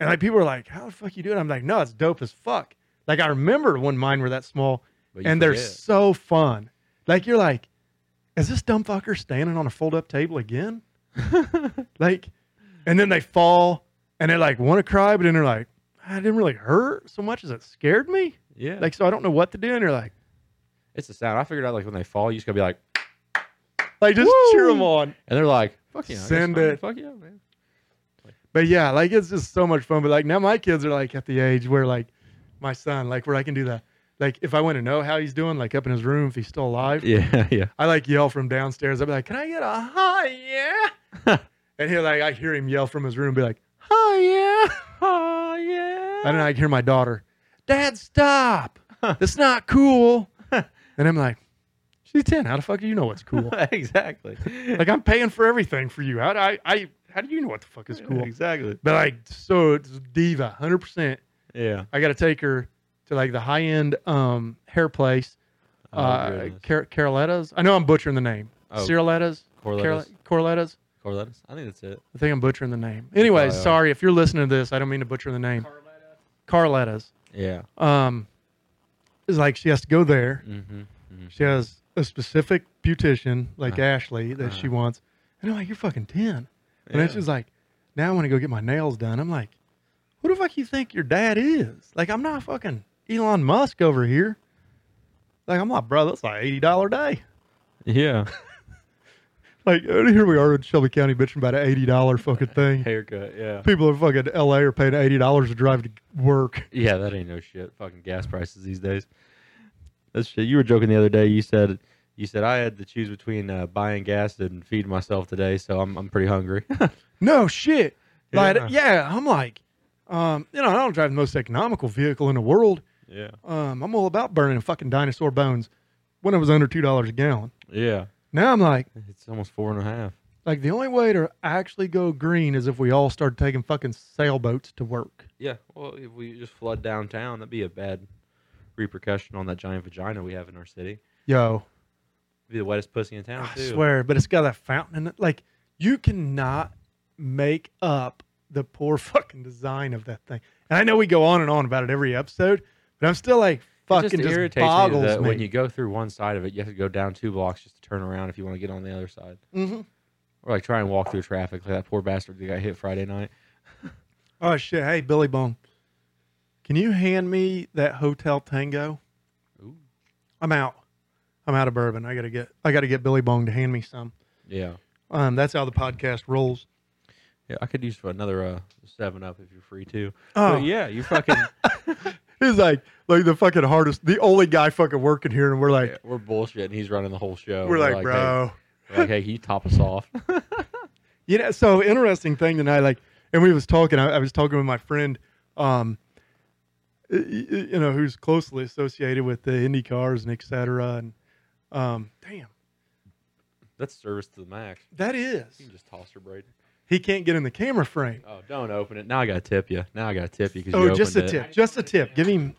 and like people are like, "How the fuck you doing?" I'm like, "No, it's dope as fuck." Like I remember when mine were that small,
But you
and they're
forget.
so fun. Like you're like, is this dumb fucker standing on a fold up table again? like, and then they fall and they like want to cry, but then they're like, I didn't really hurt so much as it scared me.
yeah, like
Like, so I don't know what to do. And they're like,
it's the sound. I figured out like when they fall, you just gotta be like,
like just
Woo!
cheer them on.
and they're like, fuck yeah, I guess
Send
I'm-
it.
fuck yeah, man.
But yeah, like it's just so much fun. But like now my kids are like at the age where like my son, like where I can do that. Like if I want to know how he's doing, like up in his room, if he's still alive,
Yeah, yeah.
I like yell from downstairs. I'd be like, "Can I get a hi, yeah?" and he like I hear him yell from his room, be like, "Hi, yeah."
Oh yeah.
And then I hear my daughter, "Dad, stop! That's not cool." and I'm like, "She's ten. How the fuck do you know what's cool?
exactly.
like I'm paying for everything for you. How do I, I how do you know what the fuck is cool?"
Exactly.
But like, so it's diva, hundred percent.
Yeah.
I got to take her to like the high end um hair place,
Oh,
uh,
goodness.
Car- Caroletta's. I know I'm butchering the name.
Oh.
Ciroletta's,
Corletta's.
Carol- Corletta's.
Corletta's. I think that's it.
I think I'm butchering the name. Anyway,
Oh, yeah.
sorry if you're listening to this. I don't mean to butcher the name. Carletta's.
Yeah.
Um, it's like she has to go there.
Mm-hmm.
She has a specific beautician, like
Uh,
Ashley, that she wants. And I'm like, you're fucking 10. And then
Yeah.
she's like, now I want to go get my nails done. I'm like, who the fuck you think your dad is? Like, I'm not fucking Elon Musk over here. Like, I'm like, bro, that's like $80 a day.
Yeah.
Like, here we are in Shelby County bitching about an $80 fucking thing.
Haircut. Yeah.
People in fucking LA are paying $80 to drive to work.
Yeah, that ain't no shit. Fucking gas prices these days. That's shit. You were joking the other day. You said you said I had to choose between uh, buying gas and feeding myself today, so I'm I'm pretty hungry.
No shit. Like,
Yeah.
yeah, I'm like, um, you know, I don't drive the most economical vehicle in the world.
Yeah.
Um, I'm all about burning fucking dinosaur bones when it was under two dollars a gallon.
Yeah.
Now I'm like,
It's almost four and a half.
like the only way to actually go green is if we all started taking fucking sailboats to work.
Yeah. Well, if we just flood downtown, that'd be a bad repercussion on that giant vagina we have in our city.
Yo,
Be the wettest pussy in town
I
too.
swear, but it's got that fountain in it. Like you cannot make up the poor fucking design of that thing. And I know we go on and on about it every episode, but I'm still like
It
fucking
just
just,
irritates
boggles
me that
me.
when you go through one side of it, you have to go down two blocks just to turn around if you want to get on the other side,
Mhm.
or like try and walk through traffic like that poor bastard that got hit Friday night.
Oh shit! Hey, Billy Bone, can you hand me that Hotel Tango?
Ooh.
I'm out. I'm out of bourbon. I gotta get. I gotta get Billy Bone to hand me some.
Yeah.
Um, that's how the podcast rolls.
Yeah, I could use for another uh, seven up if you're free too.
Oh,
But yeah, you fucking
he's like like the fucking hardest, the only guy fucking working here, and we're like,
yeah, we're bullshit, and he's running the whole show.
we're like,
hey-
bro.
we're like, hey, can you top us off?
you know so interesting thing tonight like and we was talking i, I was talking with my friend um y- y- you know who's closely associated with the indy cars and et cetera and um damn
That's service to the max.
that is
You can just toss her, Braden.
he can't get in the camera frame
Oh, don't open it. Now I gotta tip you. Now I gotta tip you because you
oh
opened
just a
it.
tip just a tip give him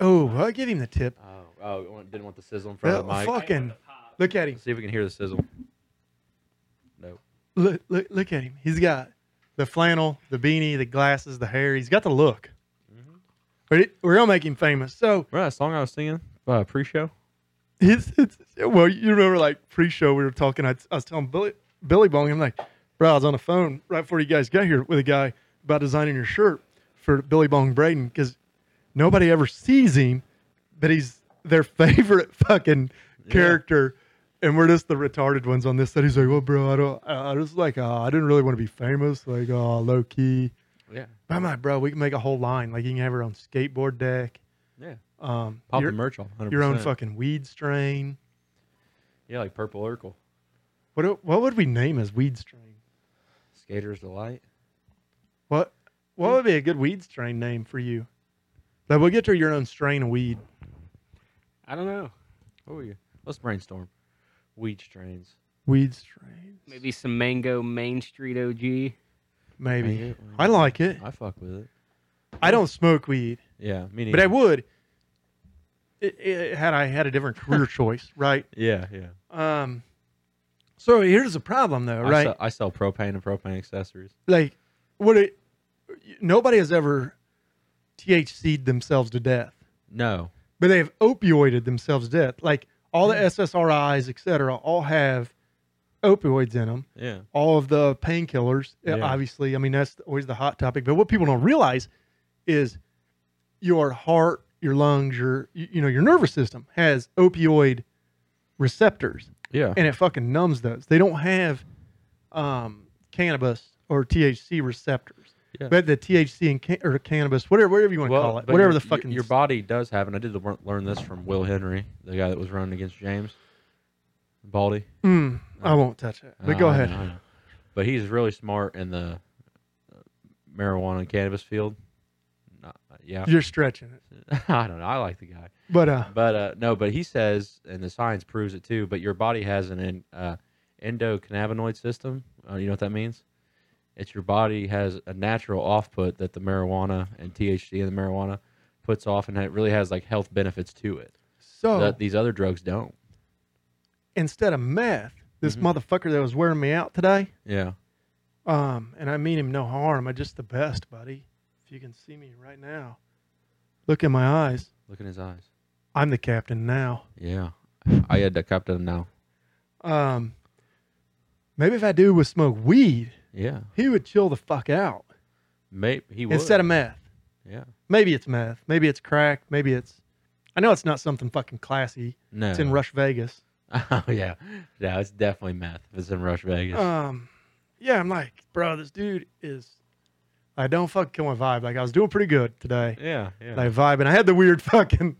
oh i'll give him the tip
Oh, oh, you want- didn't want the sizzle in front
that
of the mic.
fucking look at him
See if we can hear the sizzle. Nope.
look, look look at him he's got the flannel the beanie the glasses the hair he's got the look
Mm-hmm.
But it- we're gonna make him famous so
Remember that song I was singing uh, pre-show?
it's, it's well, you remember like pre-show we were talking. I, I was telling Billy Billy Bong, I'm like, bro, I was on the phone right before you guys got here with a guy about designing your shirt for Billy Bong Braden because nobody ever sees him, but he's their favorite fucking character. And we're just the retarded ones on this. side. he's like, "Well, bro, I don't. I I just like. Uh, I didn't really want to be famous. Like, uh, low key."
Yeah.
But I'm like, "Bro, we can make a whole line. Like, you can have your own skateboard deck.
Yeah.
Um,
Pop
your,
the merch off. 100%.
your own fucking weed strain.
Yeah, like Purple Urkel.
What do- what would we name as weed strain?
Skater's Delight.
What what would be a good weed strain name for you? That we'll get to your own strain of weed.
I don't know.
What were you? Let's brainstorm. Weed strains.
Weed strain.
Maybe some mango Main Street OG.
Maybe.
Mango-
I like it.
I fuck with it.
I don't smoke weed,
Yeah, me
but I
neither.
would. It, it, had I had a different career choice, right?
yeah, yeah.
Um, so here's the problem, though,
I
right?
sell, I sell propane and propane accessories.
Like, what? It, nobody has ever THC'd themselves to death.
No.
but they have opioided themselves to death. Like all the SSRIs, et cetera, all have opioids in them.
Yeah.
All of the painkillers, uh,
Yeah.
obviously. I mean, that's always the hot topic. But what people don't realize is your heart, your lungs, your you you know, your nervous system has opioid receptors,
Yeah.
and it fucking numbs those. They don't have um, cannabis or THC receptors.
Yeah.
But the THC and can- or cannabis, whatever, whatever you want to call it, whatever the fucking
your body does have, and I did learn- learn this from Will Henry, the guy that was running against James Baldy.
Mm, I
Uh,
won't touch it. But go
Uh, I
ahead.
know, I know. But he's really smart in the uh, marijuana and cannabis field. Not, yeah,
You're stretching it.
I don't know. I like the guy,
But uh
but uh, no, but he says, and the science proves it too. But your body has an en- uh, endocannabinoid system. Uh, you know what that means? It's your body has a natural offput that the marijuana and THC and the marijuana puts off, and it really has like health benefits to it
so
that these other drugs don't.
instead of meth, this
Mhm.
motherfucker that was wearing me out today,
Yeah,
um, and I mean him no harm. I just the best, buddy. If you can see me right now, look in my eyes.
look in his eyes.
I'm the captain now.
Yeah, I had to captain now.
Um, maybe if I do was smoke weed,
Yeah,
he would chill the fuck out
maybe he would.
instead of meth.
Yeah.
Maybe it's meth. Maybe it's crack. Maybe it's. I know it's not something fucking classy.
No.
It's in Rush Vegas.
Oh yeah. Yeah, it's definitely meth. If it's in Rush Vegas.
Um, yeah, I'm like, bro, this dude is. I don't fuck kill my vibe. Like I was doing pretty good today,
yeah, yeah.
like vibe, and I had the weird fucking.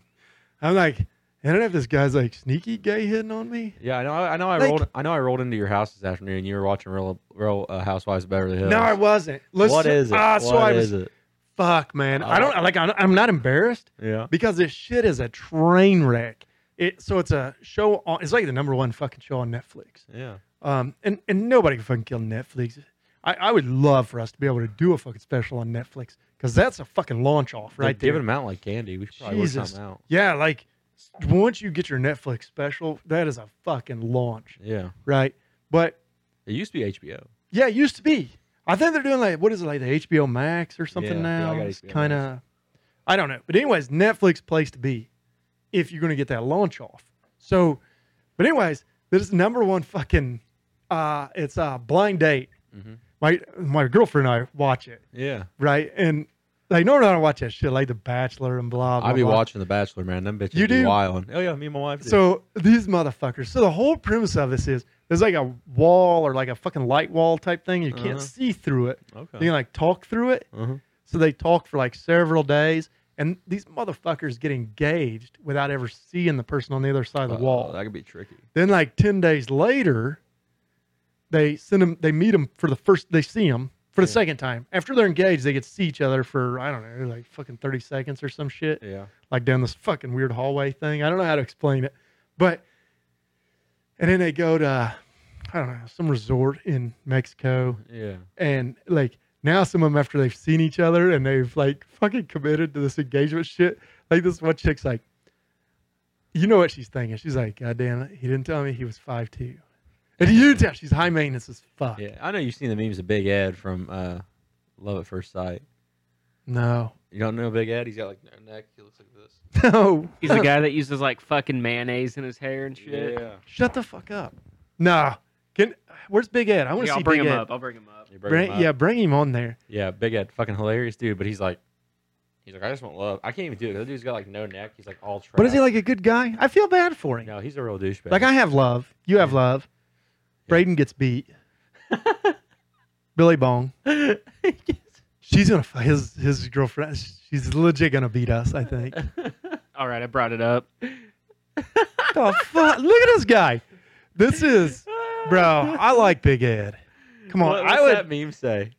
I'm like, I don't know if this guy's like sneaky gay hitting on me.
yeah, I know. I know. I
Like-
rolled. I know. I rolled into your house this afternoon. and You were watching Real, Real uh, Housewives of Beverly Hills.
No, I wasn't. Listen,
what is it? Uh,
Ah, so
What
I was
is it?
fuck, man. I don't like. I'm I'm not embarrassed
Yeah.
because this shit is a train wreck. It so it's a show on. It's like the number one fucking show on Netflix.
Yeah.
Um, and and nobody can fucking kill Netflix. I, I would love for us to be able to do a fucking special on Netflix because that's a fucking launch off
Right.
right there.
Giving them out like candy. We should probably work
Jesus.
something out.
Yeah, like s- once you get your Netflix special, that is a fucking launch,
Yeah.
right? But
It used to be HBO.
yeah, it used to be. I think they're doing like what is it like the HBO Max or something
Yeah, yeah,
now?
I got
it's
HBO
kind of I don't know. But anyways, Netflix place to be if you're going to get that launch off. So, but anyways, this is number one fucking uh it's a blind date.
Mhm.
My my girlfriend and I watch it,
Yeah.
right? And like normally I don't watch that shit like The Bachelor and blah blah.
I'd be
blah.
watching The Bachelor, man. Them bitches
You
be
do?
wild. Oh yeah, me and my wife. did.
So these motherfuckers. So the whole premise of this is there's like a wall or like a fucking light wall type thing. You can't
Uh-huh.
see through it. You
okay.
can like talk through it.
Uh-huh.
So they talk for like several days, and these motherfuckers get engaged without ever seeing the person on the other side of the
Wow,
wall.
Uh, That could be tricky.
then like ten days later, they send them. They meet them for the first. They see them for the
Yeah.
second time after they're engaged. They get to see each other for I don't know, like fucking thirty seconds or some shit
Yeah.
like down this fucking weird hallway thing. I don't know how to explain it, but and then they go to I don't know some resort in Mexico,
Yeah.
and like now some of them after they've seen each other and they've like fucking committed to this engagement shit. Like this one chick's like, you know what she's thinking? She's like, God damn it, he didn't tell me he was five two. And you tell she's high maintenance as fuck.
Yeah. I know you've seen the memes of Big Ed from uh, Love at First Sight.
No,
You don't know Big Ed? He's got like no neck. He looks like this.
no.
He's the guy that uses like fucking mayonnaise in his hair and shit.
Yeah.
Shut the fuck up. Nah. Can where's Big Ed? I want to
Yeah,
see
I'll bring
Big
him
Ed.
up. I'll bring him up.
You bring him
Bring,
up.
yeah, bring him on there.
Yeah, Big Ed, fucking hilarious dude. But he's like, he's like, I just want love. I can't even do it. 'cause That dude's got like no neck. He's like all trapped.
But is he like a good guy? I feel bad for him.
No, he's a real douchebag.
like I have love. You have love. Braden gets beat. Billy Bong. She's gonna f- his his girlfriend. She's legit gonna beat us. I think.
All right, I brought it up.
the fuck? Look at this guy. This is bro. I like Big Ed. Come on.
What, what's
I would.
that meme say?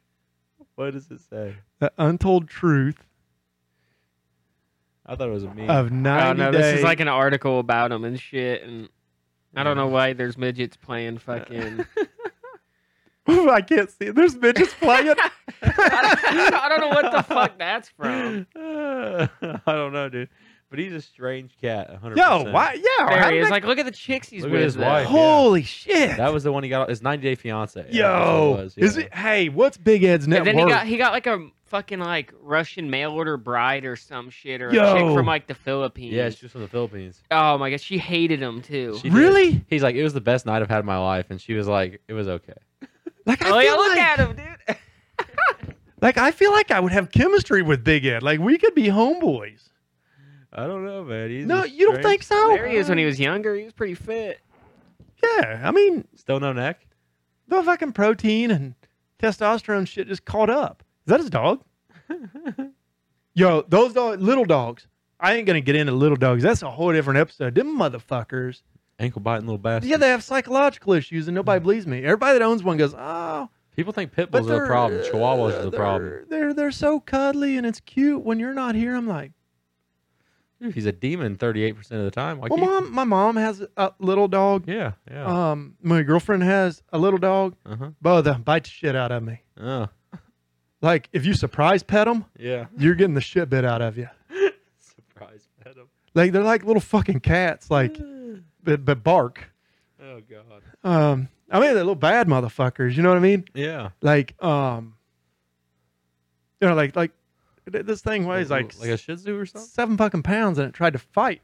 What does it say?
The untold truth
I thought it was a meme.
of
I
ninety
don't know.
days.
This is like an article about him and shit, and I don't know why there's midgets playing fucking.
I can't see. it. There's bitches playing.
I, don't, I don't know what the fuck that's from.
Uh,
I don't know, dude. But he's a strange cat. 100%.
Yo, why? Yeah. how
There he
did
is.
that-
Like, look at the chicks he's
Look at
with.
his
though.
wife.
Holy shit.
That was the one he got. His 90 Day Fiance.
Yo, is it? Hey, what's Big Ed's net
And then he
worth?
got he got like a fucking like Russian mail order bride or some shit or a
Yo.
chick from like the Philippines.
Yeah, she's from the Philippines.
Oh my god, she hated him too.
She- did.
really?
He's like, it was the best night I've had in my life, and she was like, it was okay.
Like I
oh
feel
yeah, look
like,
at him, dude.
like I feel like I would have chemistry with Big Ed. Like we could be homeboys.
I don't know, man. He's
no,
a
you don't
strange-
think so?
There he is when he was younger. He was pretty fit.
Yeah, I mean
Still no neck?
the fucking protein and testosterone shit just caught up. Is that his dog? Yo, those dog, little dogs. I ain't gonna get into little dogs. That's a whole different episode. Them motherfuckers.
Ankle biting little bastard.
Yeah, they have psychological issues, and nobody believes me. Everybody that owns one goes, "Oh,
People think pit bulls are the
they're-
problem. Chihuahuas are the
they're-
problem.
They're they're so cuddly and it's cute when you're not here. I'm like,
Dude, he's a demon 38% of the time. Like,
well, mom, my mom has a little dog.
Yeah, yeah.
Um, my girlfriend has a little dog.
Uh huh.
Both of them bite the shit out of me.
Uh,
Like if you surprise pet them,
yeah.
you're getting the shit bit out of you.
Surprise pet him.
Like they're like little fucking cats, like but, but bark.
Oh, God.
Um, I mean they're little bad motherfuckers. You know what I mean?
Yeah.
Like um, you know, like like th- this thing weighs like
like a Shih Tzu or something?
seven fucking pounds and it tried to fight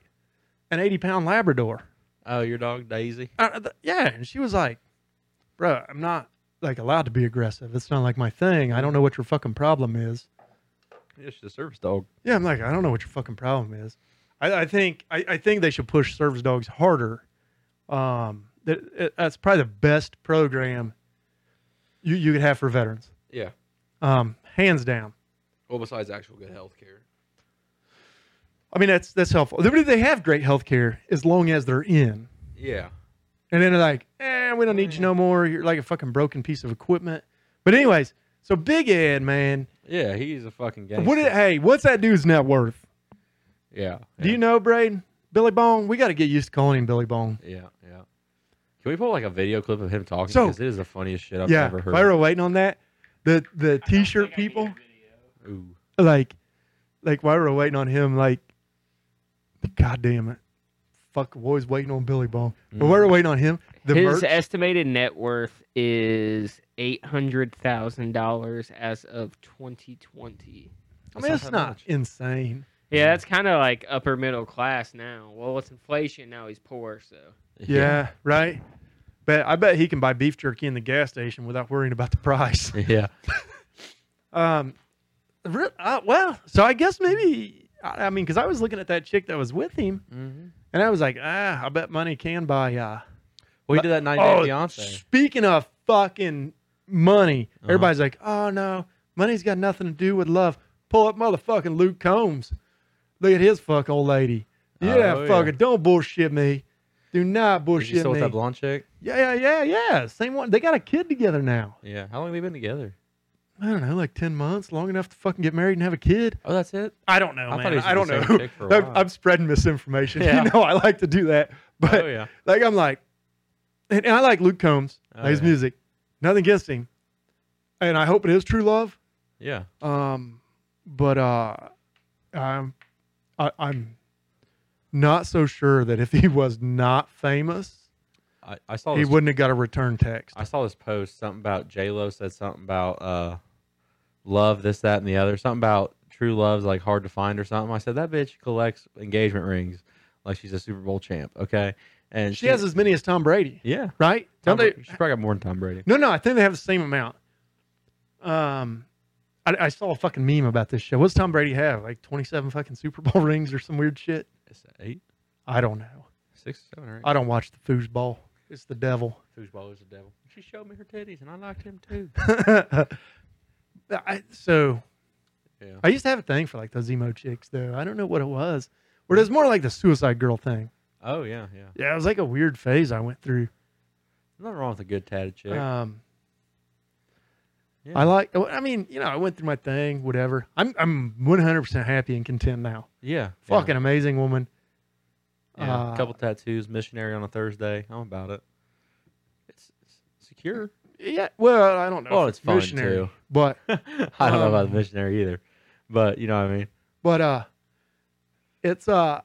an 80 pound Labrador.
Oh, your dog Daisy.
Uh, th- yeah. And she was like, bro, I'm not like allowed to be aggressive. It's not like my thing. I don't know what your fucking problem is.
Yeah, she's a service dog.
Yeah. I'm like, I don't know what your fucking problem is. I, I think, I, I think they should push service dogs harder. Um, that, it, that's probably the best program you, you could have for veterans.
Yeah.
Um, hands down.
Well, besides actual good health care.
I mean, that's, that's helpful. They they have great health care as long as they're in.
Yeah.
And then they're like, eh, we don't need you no more. You're like a fucking broken piece of equipment. But anyways, so Big Ed, man,
Yeah, he's a fucking gangster.
What? Did, hey, what's that dude's net worth?
yeah.
Do you know, Braden? Billy Bone. We got to get used to calling him Billy Bone.
Yeah, yeah. Can we pull like a video clip of him talking?
So-
Because it is the funniest shit I've
yeah,
ever
while
heard.
we're waiting on that, the the T-shirt people,
Ooh.
like, like while we're waiting on him, like, God damn it, fuck, we're always waiting on Billy Bone. But while we're waiting on him, the
His
merch,
estimated net worth is eight hundred thousand dollars as of twenty twenty.
I mean,
That's
it's
that
not
much.
insane.
Yeah, that's kind of like upper middle class now. Well, it's inflation now. He's poor, so
Yeah, right. But I bet he can buy beef jerky in the gas station without worrying about the price.
Yeah. Yeah.
Um, re- uh, well, so I guess maybe I, I mean, because I was looking at that chick that was with him,
Mhm.
and I was like, ah, I bet money can buy. Uh,
Well, he did that 90 Day Fiance.
Oh, speaking of fucking money,
Uh-huh.
everybody's like, oh no, money's got nothing to do with love. Pull up motherfucking Luke Combs. Look at his fuck old lady. Yeah,
Oh, yeah.
fucking don't bullshit me. Do not
Is
bullshit
he still
me.
with that blonde chick?
Yeah, yeah, yeah, yeah. Same one. They got a kid together now.
Yeah. How long have they been together?
I don't know, like ten months, long enough to fucking get married and have a kid.
Oh, that's it.
I don't know,
I thought
man.
he was
I don't
the same
know.
chick for a
I'm,
while.
I'm spreading misinformation.
Yeah.
You know, I like to do that, but
oh yeah.
like I'm like, and, and I like Luke Combs,
Oh,
like his
yeah.
music, nothing against him, and I hope it is true love.
Yeah.
Um, but uh, I'm, I, I'm not so sure that if he was not famous,
I, I saw.
he
This,
wouldn't have got a return text.
Oh, I saw this post. Something about J Lo said something about uh, love, this, that, and the other. Something about true love's like hard to find or something. I said that bitch collects engagement rings, like she's a Super Bowl champ. Okay, and
she has as many as Tom Brady,
Yeah.
right? Don't
Tom,
they-
Brady- she probably got more than Tom Brady.
No, no, I think they have the same amount. Um, I, I saw a fucking meme about this show. What's Tom Brady have? Like twenty-seven fucking Super Bowl rings or some weird shit?
It's eight,
I don't know.
six, seven, or eight.
I don't watch the foosball. It's the devil.
Foosball is the devil. She showed me her titties, and I liked him too.
I, so
Yeah.
I used to have a thing for like those emo chicks though. I don't know what it was, or it was more like the suicide girl thing.
Oh yeah, yeah.
Yeah, it was like a weird phase I went through.
Nothing wrong with a good tatted chick.
Um,
Yeah.
I like. I mean, you know, I went through my thing. Whatever. I'm I'm 100 percent happy and content now.
yeah.
Fucking amazing woman.
Yeah.
Uh,
couple tattoos, missionary on a Thursday. I'm about it. It's, it's secure.
Yeah. Well, I don't know.
Well,
if
it's fun
missionary,
too.
But
I don't know about
Um,
the missionary either, but you know what I mean.
but uh, it's uh,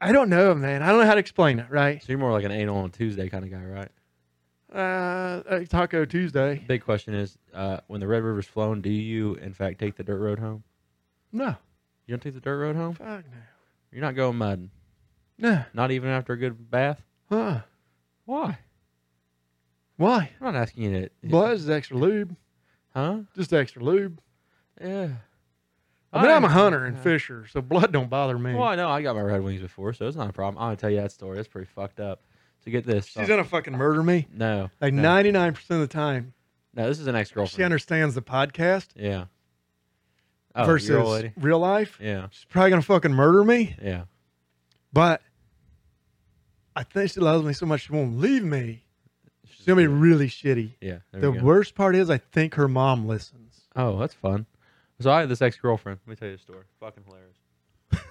I don't know, man. I don't know how to explain it. Right.
So you're more like an anal on Tuesday kind of guy, right?
Uh, like Taco Tuesday.
Big question is, uh, when the Red River's flown, do you in fact take the dirt road home?
No.
You don't take the dirt road home.
Fuck
You're not going mudding.
no.
Not even after a good bath.
No. Huh.
Why?
Why?
I'm not asking you to.
Well, it's just extra lube.
Huh?
Just extra lube.
Yeah.
I mean, I'm a
ain't-
hunter and
uh,
fisher, so blood don't bother me.
Well, I know I got my red wings before, so it's not a problem. I'm gonna tell you that story. It's pretty fucked up. So get this.
She's gonna fucking murder me.
no,
Like
no,
99% of the time,
no. This is an ex
she
girlfriend.
understands the podcast
Yeah. Oh, you're
versus
old lady.
real life.
Yeah,
She's probably gonna fucking murder me.
yeah,
But I think she loves me so much she won't leave me. She's gonna be really shitty.
yeah. there
The
we go.
worst part is I think her mom listens.
Oh, that's fun. So I had this ex girlfriend. Let me tell you a story. Fucking hilarious.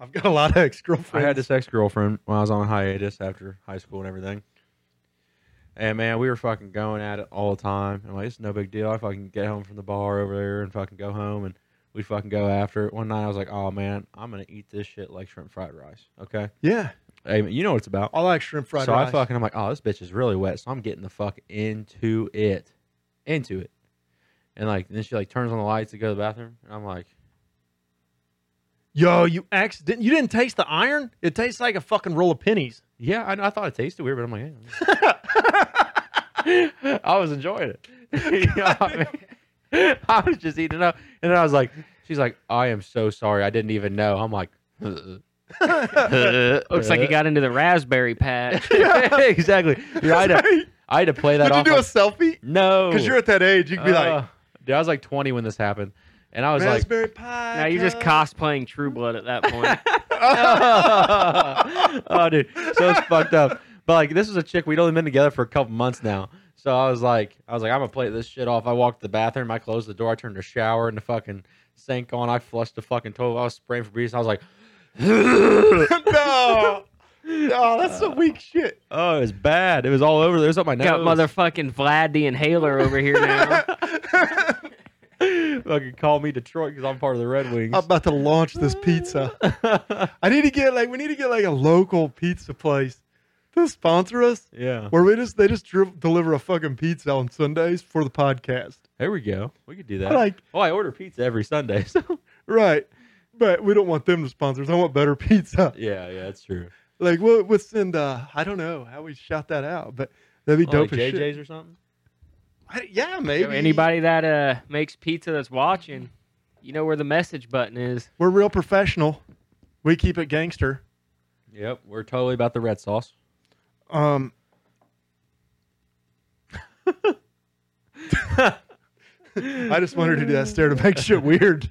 I've got a lot of ex
I
girlfriends.
had this ex girlfriend when I was on hiatus after high school and everything. And man, we were fucking going at it all the time. I'm like, it's no big deal. I fucking get home from the bar over there and fucking go home and we fucking go after it. One night I was like, oh man, I'm gonna eat this shit like shrimp fried rice. Okay,
Yeah,
hey, man, you know what it's about.
I like shrimp fried
so
rice.
I fucking I'm like, oh, this bitch is really wet. So I'm getting the fuck into it, into it, and like then she like turns on the lights to go to the bathroom, and I'm like,
Yo, you accident. You didn't taste the iron. It tastes like a fucking roll of pennies.
yeah, I, I thought it tasted weird, but I'm like, yeah. I was enjoying it. You know what I, mean? I was just eating it up, and then I was like, she's like, I am so sorry, I didn't even know. I'm like.
looks
Uh.
like he got into the raspberry patch.
exactly. Yeah, I, had to, I had to play that
Did you
off.
do a
like-
selfie?
no,
Because you're at that age, you can be
Uh, dude, I was like 20 when this happened, and I
like
was like,
raspberry pie.
now you're just
cup."
cosplaying True Blood at that point.
oh, dude, so it's fucked up. But like, this was a chick we'd only been together for a couple months now. So I was like, I was like, I'm gonna play this shit off. I walked to the bathroom, I closed the door, I turned the shower and the fucking sink on. I flushed the fucking toilet. I was spraying for bees. I was like, oh,
no, no, Oh, that's some weak shit.
Oh, it was bad. It was all over. There was up my nose.
Got motherfucking Vlad the Inhaler over here now.
fucking call me Detroit because I'm part of the Red Wings.
I'm about to launch this pizza. I need to get like we need to get like a local pizza place to sponsor us,
yeah.
where we just they just dri- deliver a fucking pizza on Sundays for the podcast.
There we go. We could do that.
Like
oh, I order pizza every Sunday. So
right, but we don't want them to sponsor us. I want better pizza.
yeah, yeah, that's true.
Like we'll, we'll send. Uh, I don't know how we shout that out, but that'd be
Oh,
dope
like
as
JJ's
shit.
or something.
I- yeah,
So
maybe
anybody that uh makes pizza that's watching, you know where the message button is.
We're real professional. We keep it gangster.
Yep, we're totally about the red sauce.
Um, I just wanted to do that stare to make shit weird.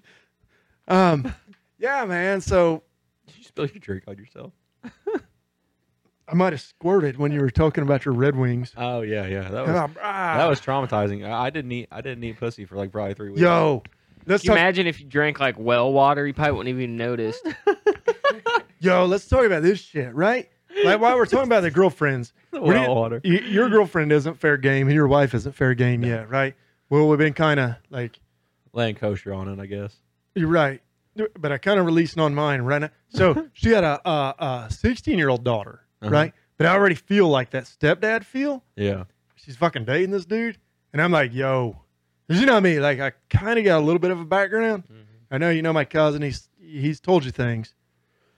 Um, yeah, man. So
Did you spill your drink on yourself?
I might have squirted when you were talking about your Red Wings.
Oh yeah, yeah. That
And
was
I'm, ah,
that was traumatizing. I, I didn't eat. I didn't eat pussy for like probably three weeks.
yo. Let's
Can you
talk,
imagine if you drank like well water, you probably wouldn't even notice.
yo. Let's talk about this shit, right? Like while we're talking about the girlfriends,
The
we
well
didn't-
water.
y- your girlfriend isn't fair game, and your wife isn't fair game yet, right? Well, we've been kind of like
Laying kosher on it, I guess.
You're right. But I kind of released it on mine right now. So she had a a 16 year old daughter,
Uh-huh.
right? But I already feel like that stepdad feel.
Yeah.
She's fucking dating this dude, and I'm like, yo, 'Cause you know me. Like I kind of got a little bit of a background. I know you know my cousin. He's he's told you things.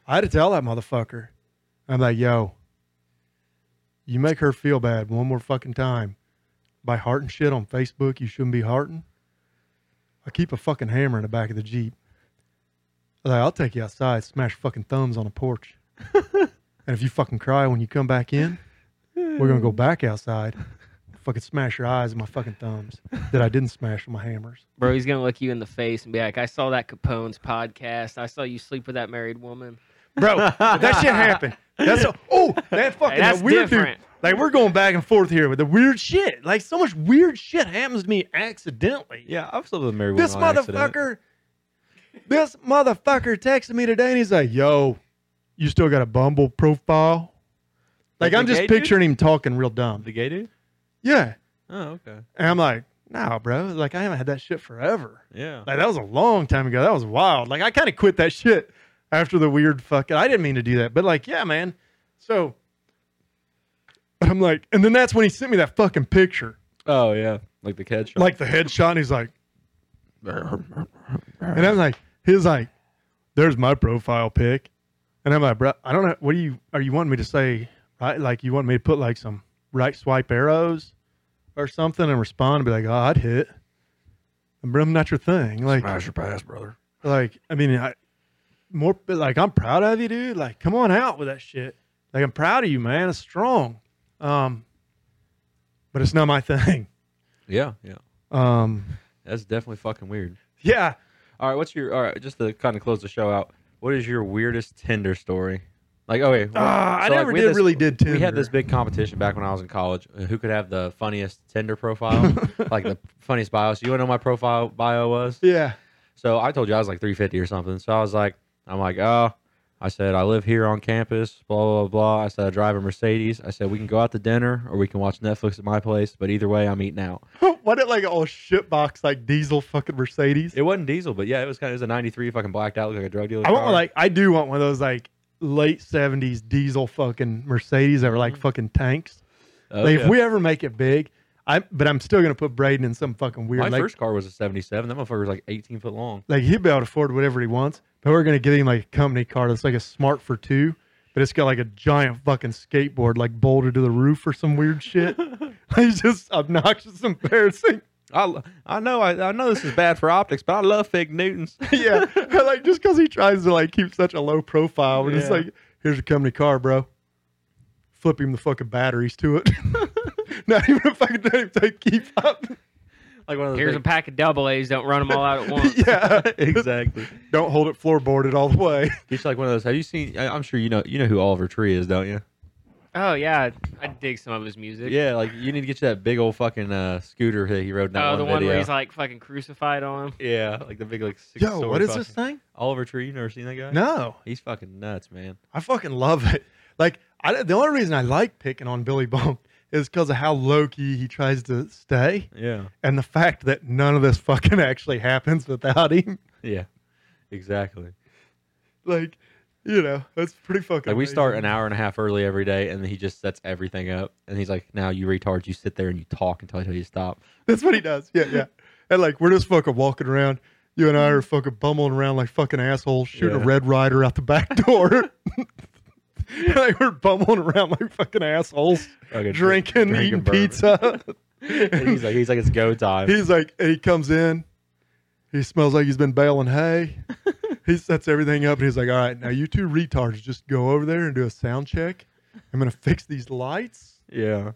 I had to tell that motherfucker. I'm like, yo, you make her feel bad one more fucking time by hearting shit on Facebook. You shouldn't be hearting. I keep a fucking hammer in the back of the jeep. I was like, I'll take you outside, smash fucking thumbs on a porch, and if you fucking cry when you come back in, we're gonna go back outside. Fucking smash your eyes with my fucking thumbs that I didn't smash with my hammers.
Bro, he's gonna look you in the face and be like, I saw that Capone's podcast. I saw you sleep with that married woman.
bro. That shit happened. That's a, oh that fucking
Hey, that's
that weird
different.
dude. Like we're going back and forth here with the weird shit. Like so much weird shit happens to me accidentally.
Yeah, I've slept with a married
this
woman on accident.
motherfucker, this motherfucker texted me today and he's like, "Yo, you still got a Bumble profile?" Like,
Like
I'm
the
just
gay dude?
picturing him talking real dumb.
The gay dude.
Yeah,
Oh, okay.
and I'm like, "Nah, bro. Like I haven't had that shit forever."
Yeah.
Like that was a long time ago. That was wild. Like I kind of quit that shit after the weird fucking. I didn't mean to do that, but like, yeah, man. So I'm like, and then that's when he sent me that fucking picture,
Oh yeah. Like the catch.
like the headshot. And he's like, and I'm like, he's like, there's my profile pic, and I'm like, bro, I don't know. What do you are you wanting me to say? Right, like you want me to put like some right swipe arrows or something and respond and be like, oh, I'd hit. Bro, I'm not your thing. Like,
your pass, brother.
like I mean, I more but, like I'm proud of you, dude. Like, come on out with that shit. Like, I'm proud of you, man. It's strong. Um, but it's not my thing.
Yeah, yeah.
Um,
That's definitely fucking weird.
yeah.
All right, what's your all right? Just to kind of close the show out, what is your weirdest Tinder story? Like, oh wait,
Uh, I
so, like,
never
we
did
had this-
really did Tinder.
we had this big competition back when I was in college. uh, Who could have the funniest Tinder profile, um, like the funniest bio? So you want to know what my profile bio was?
Yeah.
So I told you I was like 350 or something. So I was like, I'm like, oh, I said I live here on campus, blah blah blah. I said I drive a Mercedes. I said we can go out to dinner or we can watch Netflix at my place, but either way, I'm eating out.
what it like an old shit box like diesel fucking Mercedes?
It wasn't diesel, but yeah, it was kind of it was a '93 fucking blacked out, looked like a drug dealer.
I want
car.
one, like I do want one of those like late seventies diesel fucking Mercedes that were like fucking tanks.
Mm-hmm. Oh,
like
yeah.
if we ever make it big, I but I'm still gonna put Braden in some fucking weird
My
like
first car was a 77. That motherfucker was like 18 foot long.
like he'll be able to afford whatever he wants, but we're gonna give him like a company car that's like a smart for two, but it's got like a giant fucking skateboard like bolted to the roof or some weird shit. He's just obnoxious, embarrassing.
I, lo- I know I, I know this is bad for optics, but I love fig Newtons.
yeah, like just because he tries to like keep such a low profile, we're just
Yeah.
like, here's a company car, bro. Flip him the fucking batteries to it. Not even if I could not even take keep up.
Like one of those.
Here's a
big-
pack of double A's, don't run them all out at once.
yeah,
exactly.
Don't hold it floorboarded all the way.
Get you like one of those. Have you seen? I, I'm sure you know you know who Oliver Tree is, don't you?
Oh yeah, I dig some of his music.
Yeah, like you need to get you that big old fucking uh, scooter that he rode in that
Oh,
one
the one
video.
where he's like fucking crucified on him.
yeah, like the big like six.
Yo,
sword
what is
fucking-
this thing?
Oliver Tree, you never seen that guy?
No,
He's fucking nuts, man.
I fucking love it. Like I, the only reason I like picking on Billy Bone is because of how low key he tries to stay,
Yeah.
and the fact that none of this fucking actually happens without him.
Yeah. Exactly.
Like, you know, that's pretty fucking.
Like we start an
amazing.
hour and a half early every day, and he just sets everything up. And he's like, "Now you retards, you sit there and you talk until I tell you to stop."
That's what he does. Yeah, yeah. And like we're just fucking walking around. You and I are fucking bumbling around like fucking assholes, shooting
Yeah.
a red rider out the back door. like we're bumbling around like fucking assholes,
Fucking dr-
drinking, eating
bourbon.
pizza.
And he's like, he's like, it's go time.
He's like, and he comes in. He smells like he's been baling hay. he sets everything up and he's like, all right, now you two retards just go over there and do a sound check. I'm going to fix these lights
yeah.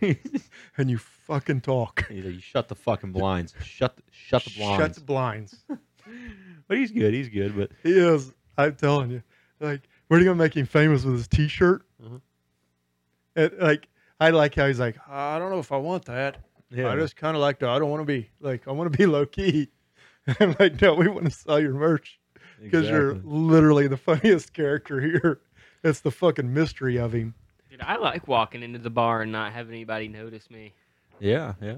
he's
and you fucking talk.
like, you shut the fucking blinds. Shut, the, shut the
Shut
blinds.
the blinds.
but he's good. He's good. But
He is. I'm telling you. Like, we're going to make him famous with his t shirt.
Mhm.
And like, I like how he's like, I don't know if I want that.
yeah,
I just kind of like to, I don't want to be, like, I want to be low key. I'm like, no, we want to sell your merch. because you're
exactly.
literally the funniest character here. It's the fucking mystery of him.
Dude, I like walking into the bar and not having anybody notice me.
Yeah, yeah,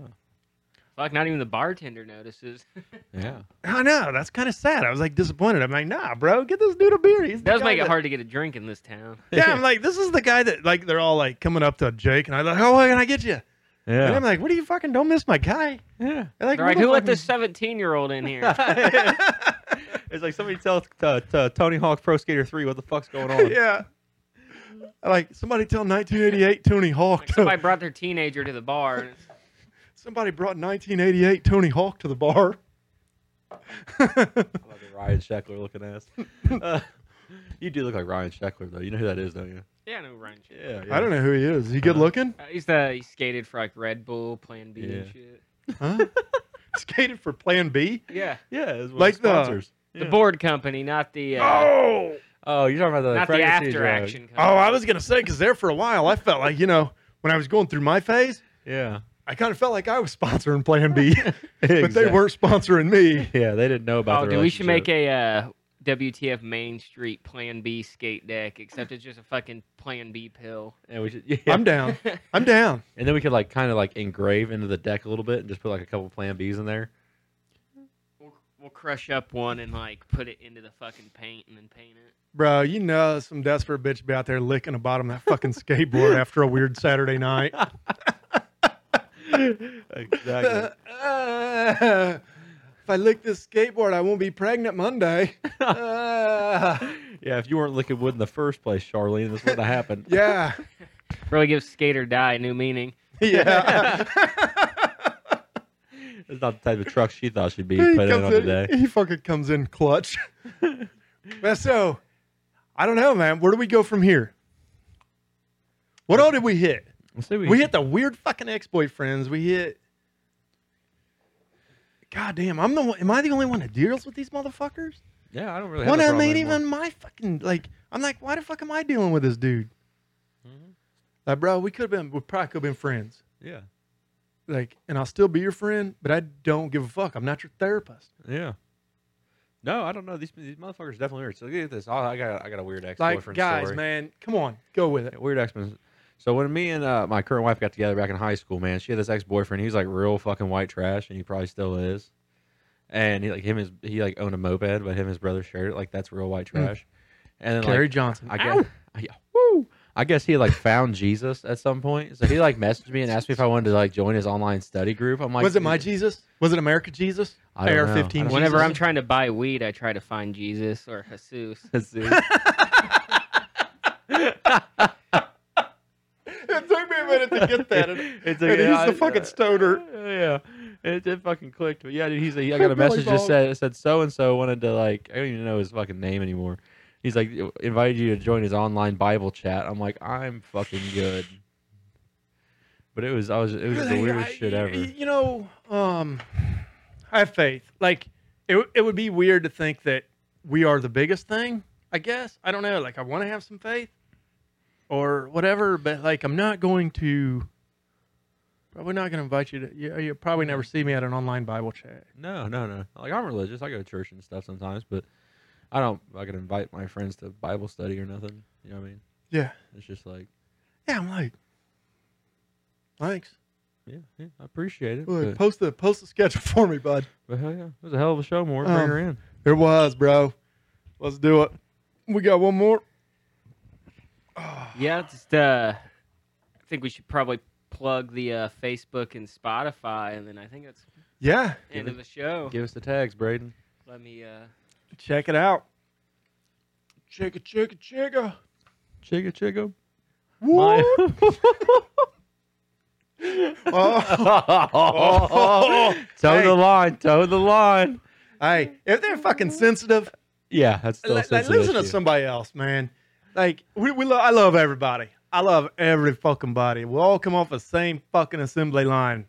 Like not even the bartender notices.
yeah.
I know that's kind of sad. I was like disappointed. I'm like, nah, bro, get this dude a beer. He's
It
the
does
guy
make it
that-
hard to get a drink in this town.
Yeah, I'm like, this is the guy that like they're all like coming up to Jake, and I'm like, oh, what can I get you? And
Yeah,
I'm like, what do you fucking don't miss my guy?
yeah.
They're like,
All right,
"Who
who
the
let
fuck
this
is-"
17 year old in here?
it's like somebody tell t- t- Tony Hawk Pro Skater Three what the fuck's going on.
yeah. Like somebody tell 1988 Tony Hawk.
Like
To,
somebody brought their teenager to the bar. And it's-
somebody brought 1988 Tony Hawk to the bar.
I love the Ryan Sheckler looking ass. Uh, you do look like Ryan Sheckler though. You know who that is, don't you?
yeah, no Ryan. Shea.
Yeah.
I don't know who he is. Is he good
Uh,
looking?
Uh, he's the he skated for like Red Bull, Plan B, and
Yeah.
shit.
Huh? Skated for Plan B.
Yeah,
Yeah, it was one
Like
of
the-
sponsors.
the
Yeah.
board company, not the uh,
Oh,
Oh, you're talking about the
not the
pregnancy
after
drug.
action. Company.
oh, I was gonna say because there for a while I felt like you know when I was going through my phase,
Yeah.
I kind of felt like I was sponsoring Plan B, but they
Exact-
weren't sponsoring me.
Yeah, they didn't know about.
Oh,
the
dude, we should make
relationship.
a uh, WTF Main Street Plan B skate deck, except it's just a fucking Plan B pill.
And we should. Yeah.
I'm down. I'm down.
and then we could like kind of like engrave into the deck a little bit and just put like a couple Plan Bs in there.
We'll, we'll crush up one and like put it into the fucking paint and then paint it.
Bro, you know some desperate bitch be out there licking the bottom of that fucking skateboard after a weird Saturday night.
exactly.
Uh, if I lick this skateboard, I won't be pregnant Monday. Uh,
Yeah, if you weren't licking wood in the first place, Charlene, this wouldn't have happened.
yeah,
Really gives skate or die a new meaning.
yeah.
It's not the type of truck she thought she'd be
he,
putting on
comes
today.
in, he fucking comes in clutch. Well, so, I don't know, man. Where do we go from here? What all did we hit?
Let's see what
We hit the weird fucking ex-boyfriends. We hit. God damn, I'm the one. Am I the only one that deals with these motherfuckers?
Yeah, I don't really.
One
have
of them
a problem
ain't
anymore.
even my fucking like. I'm like, why the fuck am I dealing with this dude?
Mhm.
Like, bro, we could have been. We probably could have been friends.
Yeah,
Like, and I'll still be your friend, but I don't give a fuck. I'm not your therapist.
yeah. No, I don't know. These these motherfuckers definitely weird. So look at this. Oh, I got I got a weird ex boyfriend
Like, guys,
story.
man, come on, go with it.
Yeah, Weird ex men. So when me and uh, my current wife got together back in high school, man, she had this ex boyfriend. He was like real fucking white trash, and he probably still is. And he like him is he like owned a moped, but him and his brother shared it. Like that's real white
Hmm.
trash. And then like,
Carrie Johnson.
I guess, I, woo, I guess he like found Jesus at some point. So he like messaged me and asked me if I wanted to like join his online study group. I'm like,
was it my Jesus? Was it America Jesus?
I don't
AR-15
know. I don't-
Whenever
Jesus.
I'm trying to buy weed, I try to find Jesus or Jesus.
It took me a minute to get that. And,
it's
and he's the fucking stoner.
Yeah, it, it fucking clicked. But yeah, dude, he's. Like, I got a
Billy
message
Bob.
just said it said so and so wanted to like. I don't even know his fucking name anymore. He's like invited you to join his online Bible chat. I'm like, I'm fucking good. But it was I was it was just the
Like,
weirdest
I-
shit
y-
ever.
You know, um, I have faith. Like, it, w- it would be weird to think that we are the biggest thing, I guess. I don't know. Like, I want to have some faith. or whatever. But like, I'm not going to. Probably not going to invite you to. You, you'll probably never see me at an online Bible chat.
No, no, no. Like I'm religious. I go to church and stuff sometimes, but I don't. I could invite my friends to Bible study or nothing. You know what I mean?
Yeah.
It's just like,
Yeah, I'm like, thanks.
yeah, yeah I appreciate it.
Look,
But,
post the post the schedule for me, bud.
but hell yeah, it was a hell of a show. More, bring
Um,
her in.
It was, bro. Let's do it. We got one more.
Yeah, just uh, I think we should probably plug the uh, Facebook and Spotify, and then I think that's
Yeah,
the end
Give
of the show.
Give us the tags, Braden.
Let me. Uh,
check it out. Chicka, chicka, chicka.
Chicka chicka.
Woo! Oh.
Toe
Hey.
the line. Toe the line.
hey, if they're fucking sensitive,
Yeah, that's still a
like, like,
sensitive
listen to
issue.
somebody else, man. Like we, we lo- I love everybody. I love every fucking body. We all come off the same fucking assembly line,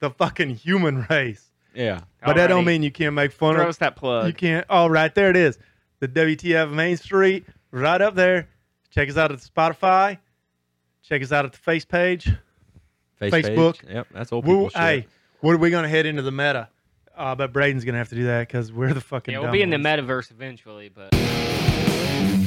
the fucking human race.
Yeah.
But that don't
alrighty.
mean you can't make fun
throw
of
us that
You
plug.
can't. Oh, right there it is. The WTF Main Street, right up there. Check us out at Spotify. Check us out at the face page.
Face
Facebook.
Page. Yep, that's old people
Woo,
shit.
hey, what are we gonna head into the meta? Uh, but Braden's gonna have to do that because we're the fucking.
Yeah,
dumb
we'll be in the
ones.
metaverse eventually, but.